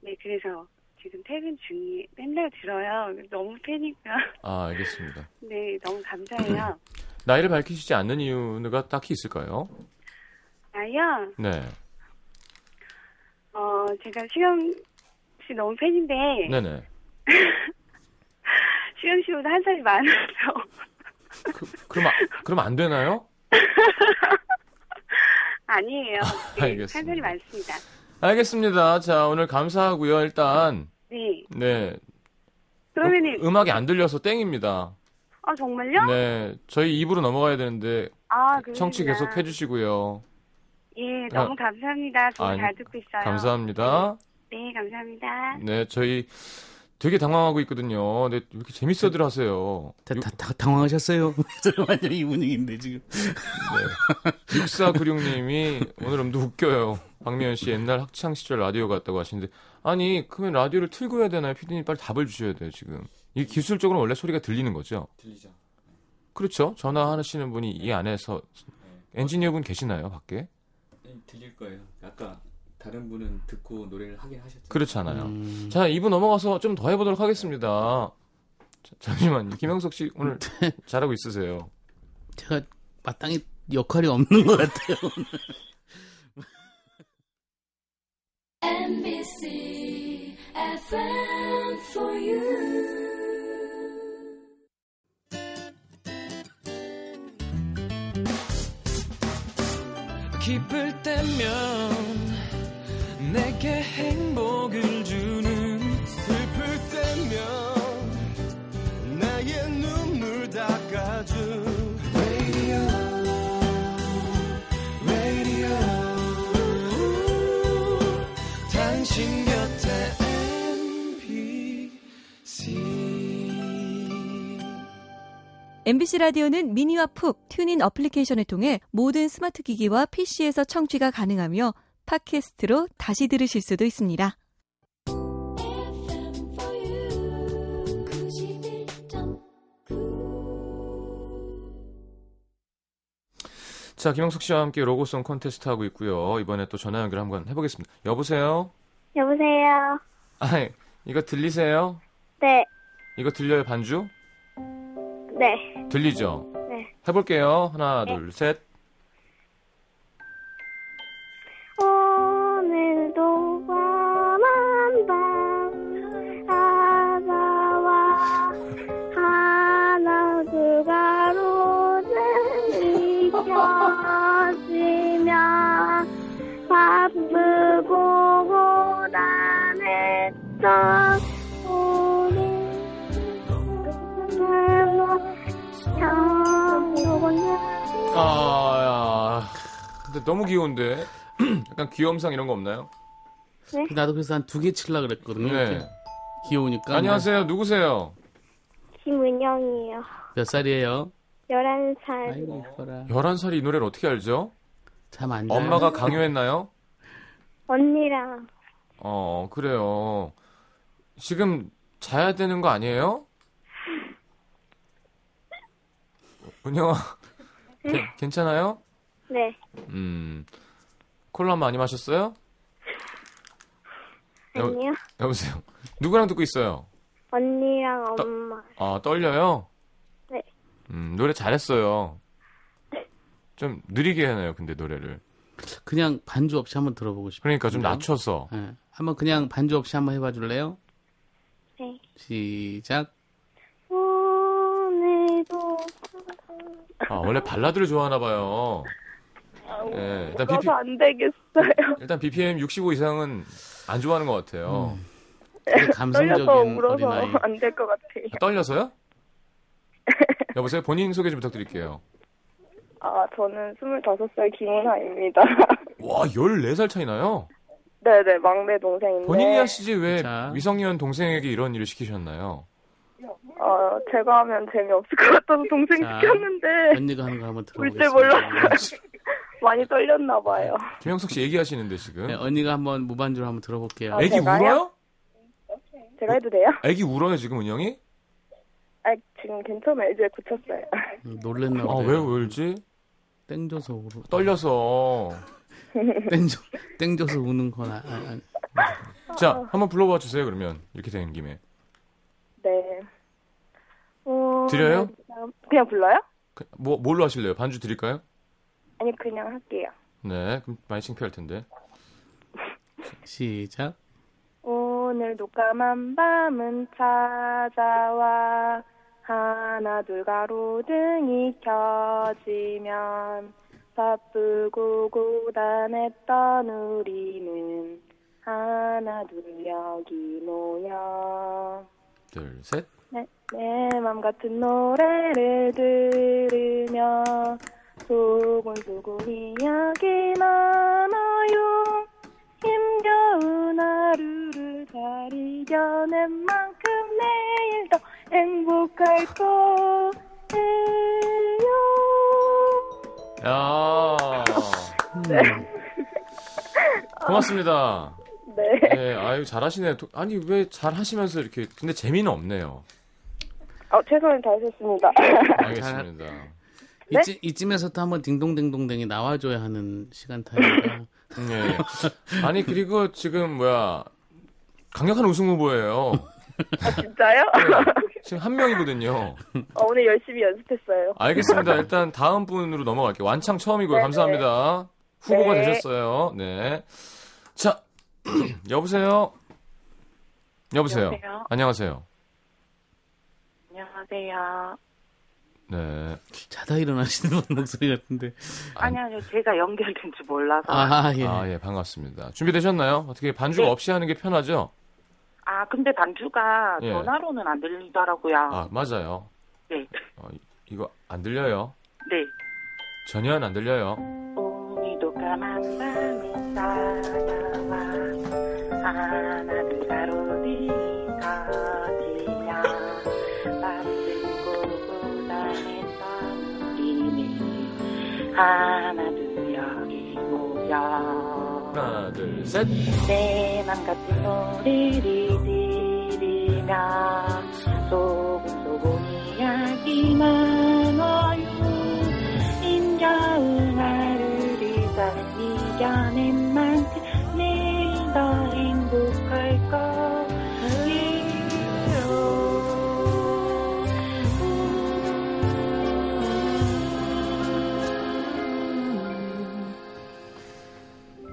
Speaker 10: 네, 그래서 지금 퇴근 중이 맨날 들어요. 너무 팬이고요.
Speaker 1: 아, 알겠습니다.
Speaker 10: [LAUGHS] 네,
Speaker 6: [LAUGHS]
Speaker 10: 너무 감사해요.
Speaker 1: 나이를 밝히시지 않는 이유가 딱히 있을까요?
Speaker 10: 아요,
Speaker 1: 네.
Speaker 10: 어, 제가 수영 씨 너무 팬인데
Speaker 1: 네네.
Speaker 10: 수영 씨보다 한 살이 많아서 [LAUGHS]
Speaker 1: 그럼, 아- 그럼 안 되나요?
Speaker 10: 아니에요. 네,
Speaker 1: 알겠습니다.
Speaker 10: 한 살이 많습니다.
Speaker 1: 알겠습니다. 자, 오늘 감사하고요. 일단,
Speaker 10: 네,
Speaker 1: 네.
Speaker 10: 그러면은
Speaker 1: 음악이 안 들려서 땡입니다.
Speaker 10: 아 정말요?
Speaker 1: 어, 네. 저희 입으로 넘어가야 되는데,
Speaker 10: 아, 그러시구나.
Speaker 1: 청취 계속 해주시고요.
Speaker 10: 예, 너무
Speaker 1: 아.
Speaker 10: 감사합니다. 정말
Speaker 1: 아니,
Speaker 10: 잘 듣고 있어요.
Speaker 1: 감사합니다.
Speaker 10: 네, 감사합니다.
Speaker 1: 네, 저희 되게 당황하고 있거든요. 근데 왜 이렇게 재밌어들 하세요.
Speaker 6: 다, 다, 다, 당황하셨어요? [LAUGHS] 저는 완전 이 분위기인데, 지금.
Speaker 9: [LAUGHS]
Speaker 1: 6496님이 오늘 음도 웃겨요. 박미연 씨 옛날 학창 시절 라디오 같다고 하시는데 아니 그러면 라디오를 틀고 해야 되나요? 피디님 빨리 답을 주셔야 돼요 지금. 이 기술적으로 원래 소리가 들리는 거죠?
Speaker 9: 들리죠. 네.
Speaker 1: 그렇죠. 전화하시는 분이 이 안에서 엔지니어분 계시나요 밖에?
Speaker 9: 네. 들릴 거예요. 아까 다른 분은 듣고 노래를 하긴 하셨죠.
Speaker 1: 그렇잖아요.
Speaker 6: 음.
Speaker 1: 자 2부 넘어가서 좀 더 해보도록 하겠습니다. 자, 잠시만요. 김영석 씨 [LAUGHS] 오늘 잘하고 있으세요.
Speaker 6: 제가 마땅히 역할이 없는 것 같아요.
Speaker 7: NBC FM for you.
Speaker 8: 기쁠 때면 내게 행복을 주는
Speaker 3: 슬플 때면 나의 눈물 닦아줘
Speaker 8: radio, radio. 당신 곁에 MBC
Speaker 11: MBC 라디오는 미니와 푹 튜닝 어플리케이션을 통해 모든 스마트 기기와 PC에서 청취가 가능하며 팟캐스트로 다시 들으실 수도 있습니다.
Speaker 1: 자, 김영석 씨와 함께 로고송 콘테스트 하고 있고요. 이번에 또 전화 연결 한번 해보겠습니다. 여보세요?
Speaker 12: 여보세요.
Speaker 1: 아이, 예. 이거 들리세요?
Speaker 12: 네,
Speaker 1: 이거 들려요, 반주?
Speaker 12: 네,
Speaker 1: 들리죠?
Speaker 12: 네.
Speaker 1: 해볼게요. 하나, 둘, 셋.
Speaker 12: 오늘도 밤한 밤 아바와 하나 그가 로를 잊혀지며 바쁘고 고단했던
Speaker 1: 아, 야. 근데 너무 귀여운데? [CLEARS THROAT] 약간 귀염상 이런 거 없나요?
Speaker 6: 나도 그래서 한 두 개 칠라 그랬거든요.
Speaker 1: 네.
Speaker 6: 이렇게. 귀여우니까.
Speaker 1: 안녕하세요. 누구세요?
Speaker 12: 김은영이에요.
Speaker 6: 몇 살이에요?
Speaker 12: 11살.
Speaker 6: 이뻐라.
Speaker 1: 11살이 이 노래를 어떻게 알죠? 네.
Speaker 6: 잠안
Speaker 1: 엄마가 강요했나요?
Speaker 12: 언니랑
Speaker 1: 어, 그래요. 지금 자야 되는 거 아니에요? 은영아, 괜- 괜찮아요?
Speaker 12: 네.
Speaker 1: 음, 콜라 많이 마셨어요? 여-
Speaker 12: 아니요.
Speaker 1: 여보세요. 누구랑 듣고 있어요?
Speaker 12: 언니랑
Speaker 1: 떠-
Speaker 12: 엄마.
Speaker 1: 아, 떨려요?
Speaker 12: 네.
Speaker 1: 음, 노래 잘했어요. 좀 느리게 해놔요, 근데 노래를.
Speaker 6: 그냥 반주 없이 한번 들어보고 싶어요. 예.
Speaker 1: 그러니까 좀 낮춰서.
Speaker 6: 한번 그냥 반주 없이 한번 해봐 줄래요?
Speaker 12: 네.
Speaker 6: 시작.
Speaker 12: 오늘도
Speaker 1: 아, 원래 발라드를 좋아하나 봐요. 예, 일단
Speaker 13: 울어서
Speaker 1: BP,
Speaker 13: 아, 안 되겠어요.
Speaker 1: [LAUGHS] 일단 BPM 65 이상은 안 좋아하는 것 같아요.
Speaker 13: 네, 떨려서 울어서 [LAUGHS] 안 될 것 같아요.
Speaker 1: 아, 떨려서요? 여보세요? 본인 소개 좀 부탁드릴게요.
Speaker 13: 아, 저는 25살 김은하입니다. [LAUGHS]
Speaker 1: 와, 14살 차이나요?
Speaker 13: 네네, 막내 동생인데.
Speaker 1: 본인이 하시지 왜 미성년 동생에게 이런 일을 시키셨나요?
Speaker 13: 어, 제가 하면 재미없을 것 같아서 동생
Speaker 1: 자,
Speaker 13: [LAUGHS] 시켰는데,
Speaker 6: 언니가 하는 거 한번
Speaker 13: 울
Speaker 6: 들어보겠습니다.
Speaker 13: 줄 몰라서 [LAUGHS] 많이 떨렸나봐요.
Speaker 1: 김영석 씨 얘기하시는데 지금.
Speaker 6: 네, 언니가 한번 무반주로 한번 들어볼게요.
Speaker 13: 아, 애기 제가요? 울어요? 제가 해도 돼요?
Speaker 1: 애기 울어요, 지금 은영이?
Speaker 13: 아, 지금 괜찮아요. 이제 고쳤어요.
Speaker 6: 음, 놀랬나
Speaker 1: 아,
Speaker 6: 봐요.
Speaker 1: 왜 울지?
Speaker 6: 땡줘서 울어.
Speaker 1: 떨려서.
Speaker 6: 땡줘, 땡줘서 우는 건 아, 아,
Speaker 1: 자, 한번 불러봐 주세요, 그러면. 이렇게 된 김에.
Speaker 13: 네. 어,
Speaker 1: 드려요?
Speaker 13: 그냥 불러요?
Speaker 1: 그, 뭐, 뭘로 하실래요? 반주 드릴까요?
Speaker 13: 아니, 그냥 할게요.
Speaker 1: 네, 그럼 많이 창피할 텐데.
Speaker 6: 시작.
Speaker 13: 오늘도 까만 밤은 찾아와 하나 둘 가로등이 켜지면 바쁘고 고단했던 우리는 하나 둘 여기 모여
Speaker 1: 둘, 셋.
Speaker 13: 내맘 같은 노래를 들으며 소곤소곤 이야기 나눠요 힘겨운 하루를 잘 이겨낸 만큼 내일도 행복할 거예요
Speaker 1: 야 고맙습니다.
Speaker 13: 네.
Speaker 1: 예, 아유, 잘하시네. 도- 아니, 왜 잘하시면서 이렇게. 근데 재미는 없네요.
Speaker 13: 어, 최선을 다하셨습니다 [LAUGHS]
Speaker 1: 알겠습니다.
Speaker 13: 네?
Speaker 6: 이쯤, 이쯤에서 또 한번 딩동댕동댕이 나와줘야 하는 시간타입니다.
Speaker 1: 예. 아니, 그리고 지금, 뭐야. 강력한 우승 후보예요.
Speaker 13: 아,
Speaker 1: 네.
Speaker 13: 진짜요?
Speaker 1: 지금 한 명이거든요.
Speaker 13: 어, 오늘 열심히 연습했어요
Speaker 1: 알겠습니다. 일단 다음 분으로 넘어갈게요. 완창 처음이고요.
Speaker 13: 네,
Speaker 1: 감사합니다. 후보가
Speaker 13: 네.
Speaker 1: 되셨어요. 네. 자, [CLEARS THROAT] 여보세요. 여보세요.
Speaker 14: 여보세요?
Speaker 1: 안녕하세요.
Speaker 14: 안녕하세요.
Speaker 1: 네.
Speaker 6: 자다 일어나시는 [LAUGHS] 분 목소리 같은데.
Speaker 14: 아니, 아니요. 제가 연결된 줄 몰라서.
Speaker 1: 아, 예. 반갑습니다. 준비되셨나요? 어떻게 반주가
Speaker 14: 네.
Speaker 1: 없이 하는 게 편하죠?
Speaker 14: 아, 근데 반주가
Speaker 1: 예.
Speaker 14: 전화로는 안 들리더라고요.
Speaker 1: 아, 맞아요.
Speaker 14: 네.
Speaker 1: 어, 이- 이거 안 들려요.
Speaker 14: 네.
Speaker 1: 전혀 안 들려요.
Speaker 14: 오늘도 까만 밤이 찾아와 하나둘 가로디 거지야 밤새고 고단했던 하나 둘 여기 모여
Speaker 1: 하나, 둘, 셋.
Speaker 14: 네. 내맘 같은 소리를 들으며 소금 소금 이야기만 어요 힘겨운 하루를 다 이겨낸 만큼 내일 더 행복할 거예요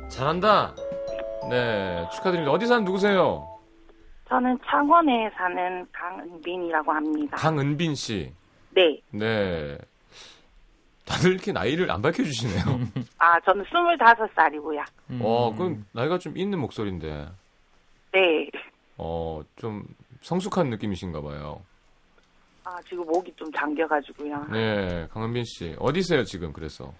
Speaker 1: 잘한다. 네, 축하드립니다. 어디 사는 누구세요?
Speaker 14: 저는 창원에 사는 강은빈이라고 합니다.
Speaker 1: 강은빈 씨.
Speaker 14: 네.
Speaker 1: 네. 다들 이렇게 나이를 안 밝혀주시네요.
Speaker 14: [LAUGHS] 아, 저는 25살이고요.
Speaker 1: 어, 그럼 나이가 좀 있는 목소리인데,
Speaker 14: 네.
Speaker 1: 어, 좀 성숙한 느낌이신가 봐요.
Speaker 14: 아, 지금 목이 좀 잠겨가지고요.
Speaker 1: 네, 강은빈 씨. 어디세요, 지금 그래서?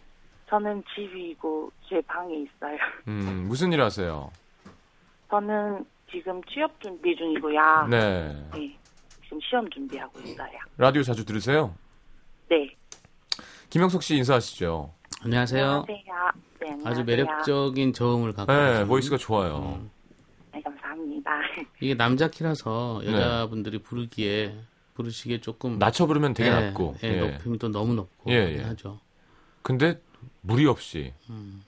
Speaker 14: 저는 집이고 제 방에 있어요.
Speaker 1: 음, 무슨 일 하세요?
Speaker 14: 저는 지금 취업 준비 중이고요.
Speaker 1: 네.
Speaker 14: 네. 지금 시험 준비하고
Speaker 6: 네.
Speaker 14: 있어요.
Speaker 1: 라디오 자주 들으세요?
Speaker 14: 네.
Speaker 1: 김영석 씨 인사하시죠.
Speaker 6: 안녕하세요.
Speaker 14: 안녕하세요. 네, 안녕하세요.
Speaker 6: 아주 매력적인 저음을 음. 갖고
Speaker 1: 네,
Speaker 6: 계신.
Speaker 1: 보이스가 좋아요.
Speaker 14: 네, 감사합니다.
Speaker 6: 이게 남자 키라서 여자분들이 부르기에 부르시기에 조금
Speaker 1: 네. 낮춰 부르면 되게
Speaker 6: 예,
Speaker 1: 낮고,
Speaker 6: 예,
Speaker 1: 예.
Speaker 6: 높임이 또 너무 높고
Speaker 1: 예, 예.
Speaker 6: 하죠.
Speaker 1: 근데 무리 없이.
Speaker 6: 음.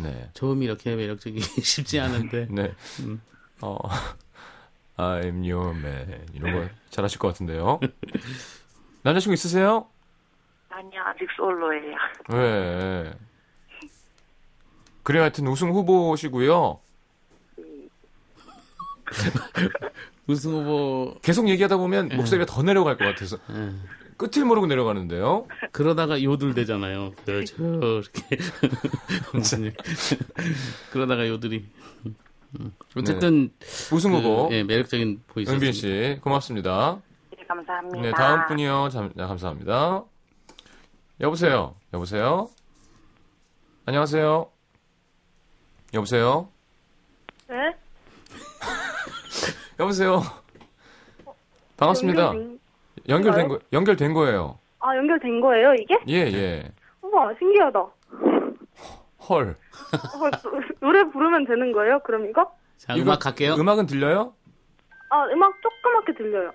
Speaker 1: 네.
Speaker 6: 저음이 이렇게 [LAUGHS] 매력적이 쉽지 않은데.
Speaker 1: 네.
Speaker 6: 음.
Speaker 1: 어, [LAUGHS] I'm your man. 이런 거 잘하실 것
Speaker 6: [LAUGHS]
Speaker 1: 같은데요. 남자친구 있으세요?
Speaker 14: 아니요, 아직 솔로예요.
Speaker 1: 네. 그래, 하여튼 우승 후보시고요.
Speaker 6: 우승 후보.
Speaker 1: 계속 얘기하다 보면 목소리가 더 내려갈 것 같아서. 끝을 모르고 내려가는데요.
Speaker 6: 그러다가 요들대잖아요. 그렇죠.
Speaker 1: [LAUGHS]
Speaker 6: 이렇게. 무슨 일. 그러다가 요들이. 음. 어쨌든.
Speaker 1: 우승
Speaker 6: 그,
Speaker 1: 후보.
Speaker 6: 예, 매력적인 보이스.
Speaker 1: 네. 뭐? 은빈 씨, 고맙습니다.
Speaker 14: 네, 감사합니다.
Speaker 1: 네, 다음 분이요. 잠, 네, 감사합니다. 여보세요. 여보세요. 안녕하세요. 여보세요.
Speaker 15: 네?
Speaker 1: 여보세요. 반갑습니다.
Speaker 15: 연결된-
Speaker 1: 연결된 거 연결된 거예요.
Speaker 15: 아, 연결된 거예요, 이게?
Speaker 1: 예, 예.
Speaker 15: 우와, 신기하다.
Speaker 1: 헐.
Speaker 15: 어, 노- 노래 부르면 되는 거예요, 그럼 이거?
Speaker 1: 자, 아, 음악 갈게요. 음악은 들려요?
Speaker 15: 아, 음악 조그맣게 들려요.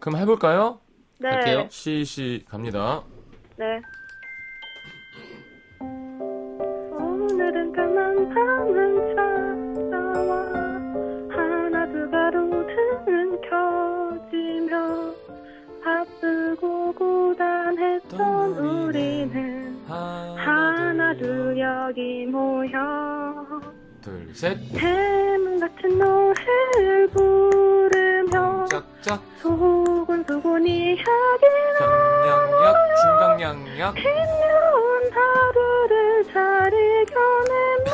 Speaker 1: 그럼 해 볼까요?
Speaker 15: 네.
Speaker 1: 시시 갑니다.
Speaker 15: 네. 오늘은 까만 밤은 찾아와 하나 두 가로등은 켜지며 바쁘고 고단했던 우리는 하나 두 여기 모여
Speaker 1: 둘, 셋.
Speaker 15: 대문 같은 노래를 부르며
Speaker 1: 짝짝
Speaker 15: 소곤소곤 이야기를
Speaker 1: 강량약 중강량약
Speaker 15: 힘겨운 하루를 잘 이겨낸
Speaker 1: 아.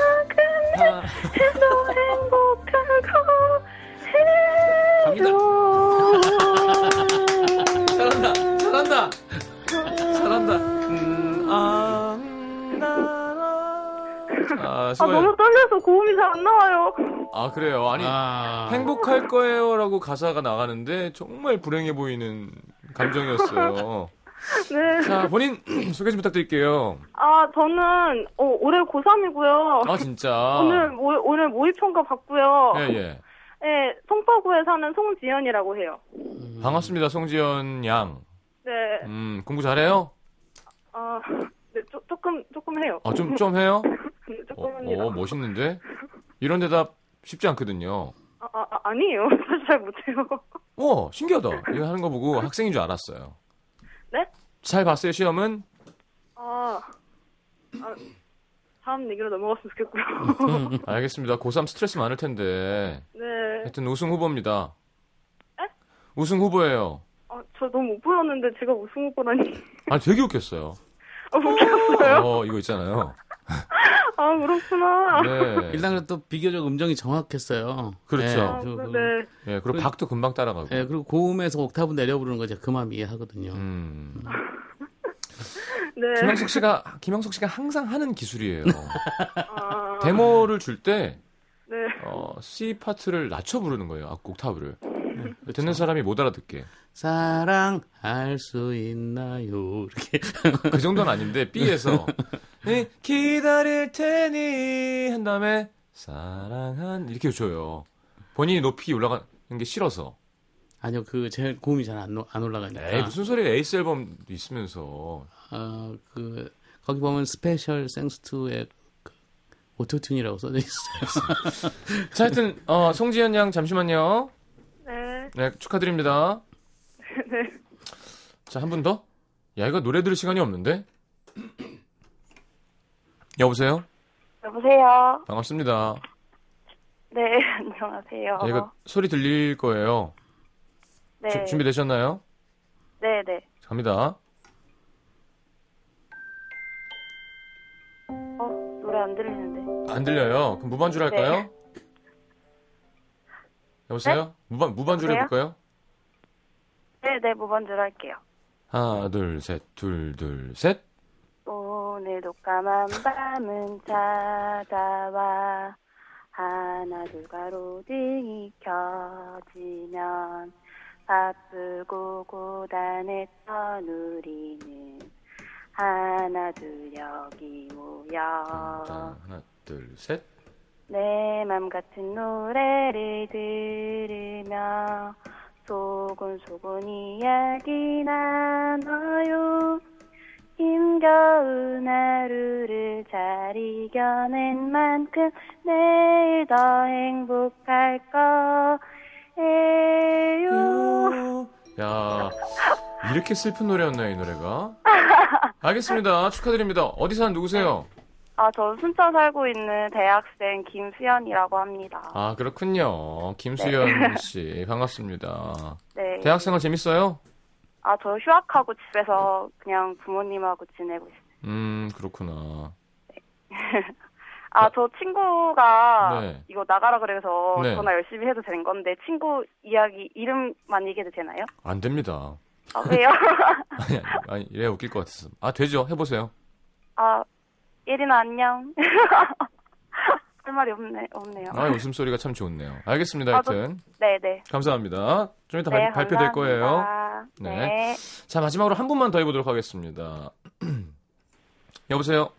Speaker 15: 만큼 해도 행복하고 해도
Speaker 1: 잘한다. 잘한다. 잘한다. 아, 아,
Speaker 15: 아
Speaker 1: 수고해.
Speaker 15: 너무 떨려서 고음이 잘 안 나와요. [LAUGHS]
Speaker 1: 아 그래요. 아니 행복할 거예요라고 가사가 나가는데 정말 불행해 보이는
Speaker 15: [LAUGHS]
Speaker 1: 감정이었어요.
Speaker 15: 네.
Speaker 1: 자 본인 [CLEARS THROAT] 소개 좀 부탁드릴게요.
Speaker 15: 아 저는 어, 올해 고3이고요.
Speaker 1: 아 진짜.
Speaker 15: 오늘 어. 모, 오늘 모의평가 봤고요.
Speaker 1: 예예.
Speaker 15: 네, 송파구에 사는 송지연이라고 해요.
Speaker 1: 반갑습니다 송지연 양.
Speaker 15: 네.
Speaker 1: 음 공부 잘해요?
Speaker 15: 아, 네, 조, 조금 조금 해요.
Speaker 1: 아 좀 좀 해요?
Speaker 15: 네,
Speaker 1: 어,
Speaker 15: 조금 합니다.
Speaker 1: 오 멋있는데 이런 대답 쉽지 않거든요.
Speaker 15: 아, 아, 아, 아니에요. [LAUGHS] 사실 잘 못해요.
Speaker 1: 와 어, 신기하다. 이거 하는 거 보고 학생인 줄 알았어요.
Speaker 15: 네?
Speaker 1: 잘 봤어요 시험은?
Speaker 15: 아, 아 다음 얘기로 넘어갔으면 좋겠고요. [LAUGHS]
Speaker 1: 알겠습니다. 고3 스트레스 많을 텐데.
Speaker 15: 네.
Speaker 1: 하여튼 우승 후보입니다. 우승 후보예요.
Speaker 15: 아, 저 너무 못 불렀는데 제가 우승 후보라니. [LAUGHS]
Speaker 1: 아 되게 웃겼어요.
Speaker 15: 아, 웃겼어요.
Speaker 1: 어 이거 있잖아요.
Speaker 15: 아, 그렇구나.
Speaker 1: 네.
Speaker 6: 일단 또 비교적 음정이 정확했어요.
Speaker 1: 그렇죠.
Speaker 6: 예,
Speaker 1: 아,
Speaker 6: 그- 그-
Speaker 15: 네.
Speaker 1: 예, 그리고
Speaker 6: 그-
Speaker 1: 박도 금방 따라가고.
Speaker 6: 예, 그리고 고음에서 옥타브 내려 부르는 거 제가 그만 이해하거든요.
Speaker 1: 음.
Speaker 15: 네.
Speaker 1: 김영석 씨가 김영석 씨가 항상 하는 기술이에요. 데모를 줄 때
Speaker 15: 네.
Speaker 1: 어, C 파트를 낮춰 부르는 거예요. 악곡 타브를.
Speaker 6: 네, 그렇죠.
Speaker 1: 듣는 사람이 못 알아듣게.
Speaker 6: 사랑할 수 있나요? 이렇게. [LAUGHS]
Speaker 1: 그 정도는 아닌데 B에서 네, 기다릴 테니 한 다음에 사랑한 이렇게 줘요. 본인이 높이 올라가는 게 싫어서.
Speaker 6: 아니요, 그 제일 고음이 잘 안 안 올라가니까.
Speaker 1: 에이 무슨 소리야? 에이스 앨범도 있으면서.
Speaker 6: 어그 거기 보면 스페셜 생스투의 그 오토튠이라고 써져 있어요.
Speaker 1: 자, 하여튼 어, 송지현 양 잠시만요.
Speaker 10: 네.
Speaker 1: 네, 축하드립니다.
Speaker 10: 네.
Speaker 1: 자, 한 분 더? 야, 이거 노래 들을 시간이 없는데? 여보세요?
Speaker 13: 여보세요.
Speaker 1: 반갑습니다.
Speaker 13: 네,
Speaker 15: [LAUGHS]
Speaker 13: 안녕하세요.
Speaker 1: 야,
Speaker 10: 어.
Speaker 1: 이거 소리 들릴 거예요.
Speaker 13: 네.
Speaker 1: 주- 준비되셨나요?
Speaker 13: 네, 네.
Speaker 1: 갑니다.
Speaker 13: 어, 노래 안 들리는데.
Speaker 1: 안 들려요. 그럼 무반주로
Speaker 13: 네.
Speaker 1: 할까요? 여보세요? 무반, 무반주로
Speaker 13: 여보세요?
Speaker 1: 해볼까요?
Speaker 13: 네, 네, 무반주로 할게요.
Speaker 1: 하나, 둘, 셋, 둘, 둘, 셋.
Speaker 13: 오늘도 까만 밤은 찾아와 하나 둘 가로등이 켜지면 바쁘고 고단했던 우리는 하나 둘 여기 모여
Speaker 1: 자, 하나, 둘, 셋.
Speaker 13: 내 맘 같은 노래를 들으며 소곤소곤 이야기 나눠요 힘겨운 하루를 잘 이겨낸 만큼 내일 더 행복할 거예요
Speaker 1: 야, 이렇게 슬픈 노래였나요,
Speaker 13: [LAUGHS]
Speaker 1: 이 노래가? 알겠습니다. 축하드립니다. 어디 사는 누구세요?
Speaker 13: 아, 저 순천 살고 있는 대학생 김수연이라고 합니다.
Speaker 1: 아, 그렇군요.
Speaker 13: [LAUGHS]
Speaker 1: 김수연 씨, 반갑습니다.
Speaker 13: 네.
Speaker 1: 대학생활 재밌어요?
Speaker 13: 아, 저 휴학하고 집에서 그냥 부모님하고 지내고 있어요.
Speaker 1: 음, 그렇구나.
Speaker 13: 아, 저 친구가
Speaker 1: 네.
Speaker 13: 이거 나가라 그래서
Speaker 1: 네.
Speaker 13: 전화 열심히 해도 되는 건데 친구 이야기 이름만 얘기해도 되나요?
Speaker 1: 안 됩니다. [LAUGHS]
Speaker 13: 아, 왜요?
Speaker 1: 아니, 아니, 아니, 이래야 웃길 것 같아서. 아, 되죠. 해보세요.
Speaker 13: 아, 예린아 안녕. [LAUGHS] 할 말이 없네, 없네요.
Speaker 1: 아, 웃음소리가 참 좋네요. 알겠습니다,
Speaker 13: 아, 저-
Speaker 1: 하여튼.
Speaker 13: 네네.
Speaker 1: 감사합니다. 좀 이따
Speaker 13: 네,
Speaker 1: 발, 표될 거예요.
Speaker 13: 감사합니다.
Speaker 1: 네.
Speaker 13: 네.
Speaker 1: 자, 마지막으로 한 분만 더 해보도록 하겠습니다. [CLEARS THROAT] 여보세요?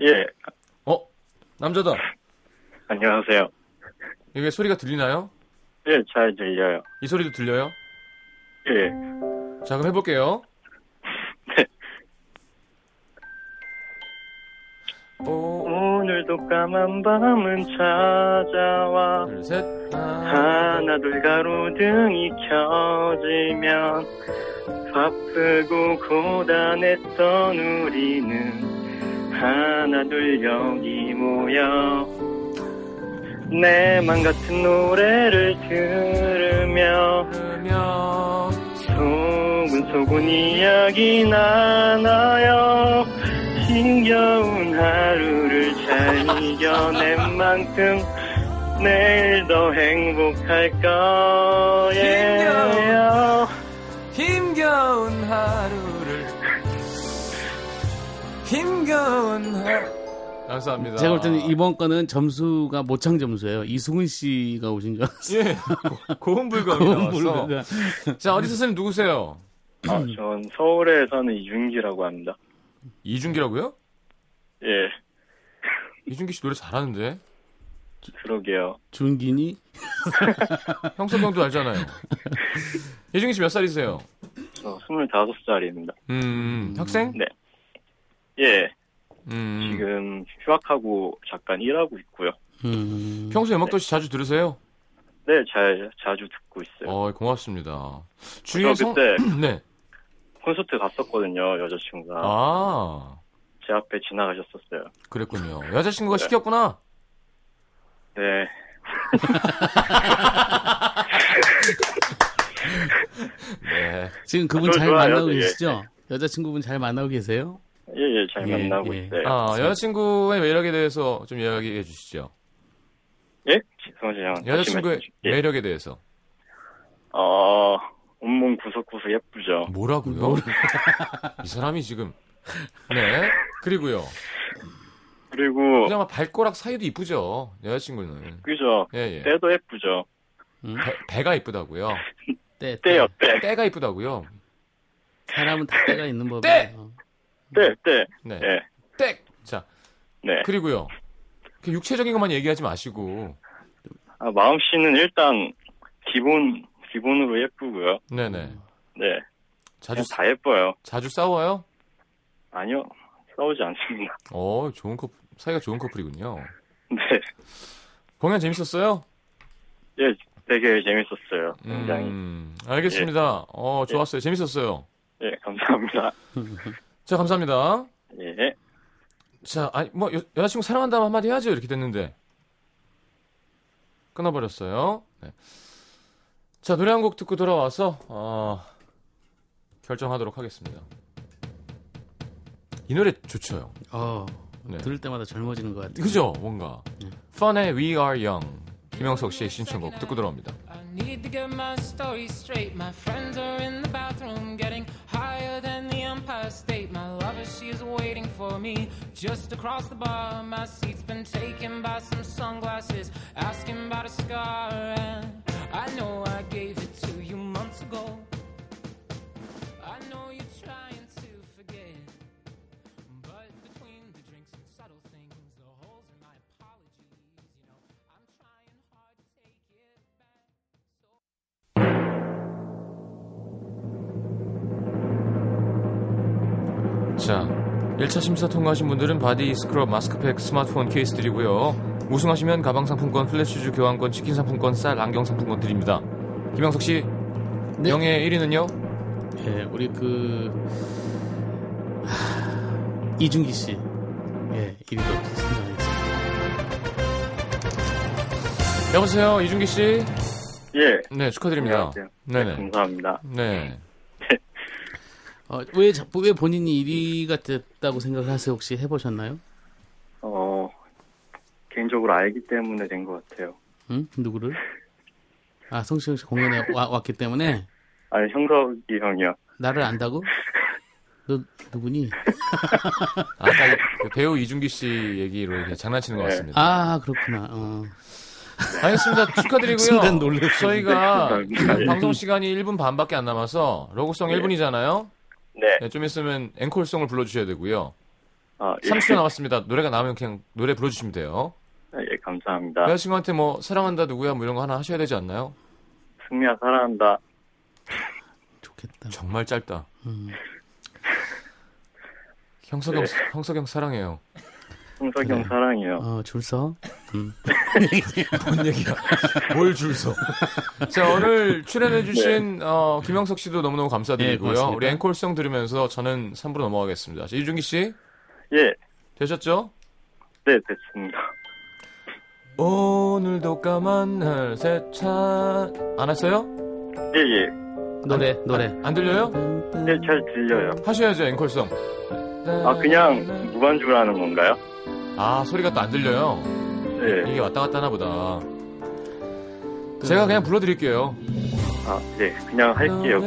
Speaker 16: 예,
Speaker 1: 어? 남자다.
Speaker 16: 안녕하세요.
Speaker 1: 이게 소리가 들리나요?
Speaker 16: 예, 잘 들려요.
Speaker 1: 이 소리도 들려요?
Speaker 16: 예, 네.
Speaker 1: 자, 그럼 해볼게요.
Speaker 8: 오늘도 까만 밤은 찾아와
Speaker 1: 셋.
Speaker 8: 하나 둘 가로등이 켜지면 바쁘고 고단했던 우리는 하나 둘 여기 모여 내 맘 같은 노래를 들으며 소근소근 이야기 나눠요 힘겨운 하루를 잘 이겨낸 만큼 내일 더 행복할 거예요
Speaker 3: 힘겨운 하루를 힘겨운 하루
Speaker 1: 감사합니다.
Speaker 6: 제가 볼 때는 이번 거는 점수가 모창 점수예요. 이승훈 씨가 오신 줄 알았어요.
Speaker 1: 예. 고음불감이
Speaker 6: [LAUGHS] 네.
Speaker 1: 나와서. 자, 어디서 선생님 누구세요?
Speaker 16: 아, 전 서울에 사는 이준기라고 합니다.
Speaker 1: 이준기라고요?
Speaker 16: 예,
Speaker 1: 이준기 씨 노래 잘하는데?
Speaker 16: 그러게요.
Speaker 6: 준기니?
Speaker 1: 형성병도 알잖아요. 이준기 씨 몇 살이세요?
Speaker 16: 저 25살입니다.
Speaker 1: 음, 학생?
Speaker 16: 네. 예,
Speaker 1: 음.
Speaker 16: 지금 휴학하고 잠깐 일하고 있고요.
Speaker 6: 음.
Speaker 1: 평소에 음악도시 자주 들으세요?
Speaker 16: 네, 잘, 자주 듣고 있어요.
Speaker 1: 어, 고맙습니다.
Speaker 16: 네. 저
Speaker 1: 주위에 성...
Speaker 16: 그때
Speaker 1: 네.
Speaker 16: 콘서트 갔었거든요, 여자친구랑.
Speaker 1: 아,
Speaker 16: 제 앞에 지나가셨었어요.
Speaker 1: 그랬군요. 여자친구가 시켰구나.
Speaker 16: 네,
Speaker 1: 네.
Speaker 6: 지금 그분
Speaker 16: 아, 저
Speaker 6: 잘
Speaker 16: 좋아요.
Speaker 6: 만나고
Speaker 16: 예.
Speaker 6: 계시죠? 여자친구분 잘 만나고 계세요?
Speaker 16: 예, 예, 잘
Speaker 6: 예,
Speaker 16: 만나고
Speaker 6: 예.
Speaker 16: 있어요.
Speaker 1: 아, 여자친구의 매력에 대해서 좀 이야기해 주시죠.
Speaker 16: 예? 죄송해요. 다시
Speaker 1: 여자친구의 네.
Speaker 16: 말씀해 주세요. 예.
Speaker 1: 매력에 대해서.
Speaker 16: 어, 온몸 구석구석 예쁘죠.
Speaker 1: 뭐라고요? [LAUGHS] 이 사람이 지금. 네. 그리고요.
Speaker 16: 그리고 뭐.
Speaker 1: 네. 그냥 막 발가락 사이도 이쁘죠. 여자친구는.
Speaker 16: 그죠. 네.
Speaker 1: 예, 예.
Speaker 16: 때도 예쁘죠.
Speaker 1: 배, 가 이쁘다고요.
Speaker 6: 때,
Speaker 16: 때요, 때.
Speaker 1: 때가 이쁘다고요.
Speaker 6: 사람은 다 때가 있는 법이에요. 어.
Speaker 16: 때, 때.
Speaker 1: 네.
Speaker 16: 예.
Speaker 1: 땡. 자.
Speaker 16: 네.
Speaker 1: 그리고요. 이렇게 육체적인 것만 얘기하지 마시고.
Speaker 16: 아, 마음 씨는 일단 기본 기본으로 예쁘고요.
Speaker 1: 네네.
Speaker 16: 네.
Speaker 1: 자주
Speaker 16: 그냥 다 예뻐요.
Speaker 1: 자주 싸워요?
Speaker 16: 아니요. 싸우지 않습니다. [LAUGHS]
Speaker 1: 어, 좋은 커플, 사이가 좋은 커플이군요.
Speaker 16: 네.
Speaker 1: 공연 재밌었어요?
Speaker 16: 예, 되게 재밌었어요. 굉장히.
Speaker 1: 음, 알겠습니다. 어, 좋았어요. 재밌었어요.
Speaker 16: 예, 감사합니다.
Speaker 1: 자, 감사합니다.
Speaker 16: 예.
Speaker 1: 자, 아니, 뭐, 여, 여자친구 사랑한다면 한마디 해야죠. 이렇게 됐는데. 끊어버렸어요. 네. 자, 노래 한 곡 듣고 돌아와서, 어, 결정하도록 하겠습니다. 이 노래 좋죠요.
Speaker 6: 어,
Speaker 1: 네.
Speaker 6: 들을 때마다 젊어지는 것 같아요.
Speaker 1: 그죠? 뭔가. Fun의 We Are Young. 김영석 씨의 신청곡 듣고 돌아옵니다.
Speaker 3: I need to get my story straight. My friends are in the bathroom, getting higher than the Empire State. My lover, she is waiting for me just across the bar. My seat's been taken by some sunglasses, asking about a scar. And I know I gave it to you months ago. I know you're trying to forget, but between the drinks and subtle things, the holes in my apologies, you know, I'm trying hard to take it.
Speaker 1: 자, 1차 심사 통과하신 분들은 바디 스크럽 마스크팩 스마트폰 케이스 드리고요. 우승하시면 가방 상품권, 플래시주 교환권, 치킨 상품권, 쌀 안경 상품권 드립니다. 김영석 씨,
Speaker 6: 네.
Speaker 1: 명예 1위는요?
Speaker 6: 예, 우리 그 하, 이준기 씨, 예, 1위로
Speaker 1: 여보세요, 이준기 씨.
Speaker 16: 예.
Speaker 1: 네, 축하드립니다.
Speaker 16: 안녕하세요.
Speaker 1: 네네.
Speaker 16: 감사합니다.
Speaker 1: 네.
Speaker 6: 어, 왜 자꾸 왜 본인이 1위가 됐다고 생각을 하세요? 혹시 해보셨나요?
Speaker 16: 어, 개인적으로 알기 때문에 된 것 같아요.
Speaker 6: 응? 누구를? 아, 성시경 씨 공연에 와- 왔기 때문에
Speaker 16: 아니, 형석이 형이요.
Speaker 6: 나를 안다고? 너 누구니?
Speaker 1: 아까 그 배우 이준기 씨 얘기로 이렇게 장난치는 것 같습니다.
Speaker 6: 아, 그렇구나. 어.
Speaker 1: 알겠습니다.
Speaker 6: [LAUGHS]
Speaker 1: 축하드리고요.
Speaker 6: 순간 놀랐어요.
Speaker 1: 저희가
Speaker 6: 네, 감사합니다.
Speaker 1: 방송 시간이 1분 반밖에 안 남아서 로고송 1분이잖아요.
Speaker 16: 네.
Speaker 1: 좀 있으면 앵콜송을 불러주셔야 되고요.
Speaker 16: 아, 예.
Speaker 1: 30초 남았습니다. 노래가 나오면 그냥 노래 불러주시면 돼요.
Speaker 16: 아, [LAUGHS] 예, 감사합니다.
Speaker 1: 여자친구한테 뭐 사랑한다 누구야 뭐 이런 거 하나 하셔야 되지 않나요?
Speaker 16: 승리야, 사랑한다.
Speaker 1: 정말 짧다.
Speaker 6: 음.
Speaker 1: 형석영
Speaker 16: 네.
Speaker 1: 형석영 사랑해요.
Speaker 16: 형석이 형 사랑해요.
Speaker 6: 어, 줄 서. 음.
Speaker 1: 뭔 얘기야? 뭘 줄서? 자 오늘
Speaker 16: 네.
Speaker 1: 출연해주신 어, 김영석 씨도 너무너무
Speaker 6: 네,
Speaker 1: 감사드리고요.
Speaker 6: 고맙습니다.
Speaker 1: 우리 앵콜송 들으면서 저는 3부로 넘어가겠습니다. 자, 이준기 씨
Speaker 16: 예.
Speaker 1: 되셨죠?
Speaker 16: 네, 됐습니다. [LAUGHS]
Speaker 1: 오늘도 까만 날새차안 하세요?
Speaker 16: 예, 예.
Speaker 6: 노래 노래
Speaker 1: 안 들려요?
Speaker 16: 네, 잘 들려요.
Speaker 1: 하셔야죠 앵콜송.
Speaker 16: 아, 그냥 무반주로 하는 건가요?
Speaker 1: 아 소리가 또 안 들려요.
Speaker 16: 네.
Speaker 1: 이게 왔다 갔다 하나 보다. 제가 그냥 불러드릴게요.
Speaker 16: 아, 네. 그냥 할게요.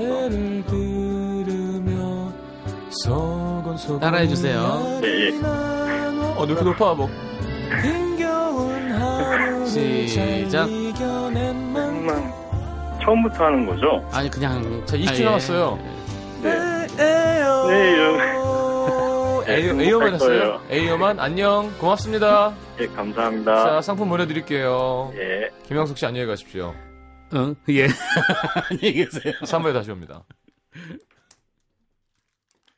Speaker 6: 따라해 주세요.
Speaker 16: 예, 예.
Speaker 1: 어, 왜 이렇게 높아, 뭐.
Speaker 6: 시작.
Speaker 1: 네.
Speaker 16: 네. 처음부터 하는 거죠?
Speaker 6: 아니 예. 그냥
Speaker 1: 자, 20초 남았어요.
Speaker 16: 네. 네, 이런. 네,
Speaker 1: 에이오, 에이오만 했어요. 에이오만, 안녕. 고맙습니다.
Speaker 16: 예, 감사합니다.
Speaker 1: 자, 상품 보내드릴게요.
Speaker 16: 예.
Speaker 1: 김영석 씨, 안녕히 가십시오.
Speaker 6: 응, 예. [LAUGHS] 안녕히 계세요.
Speaker 1: 3부에 다시 옵니다.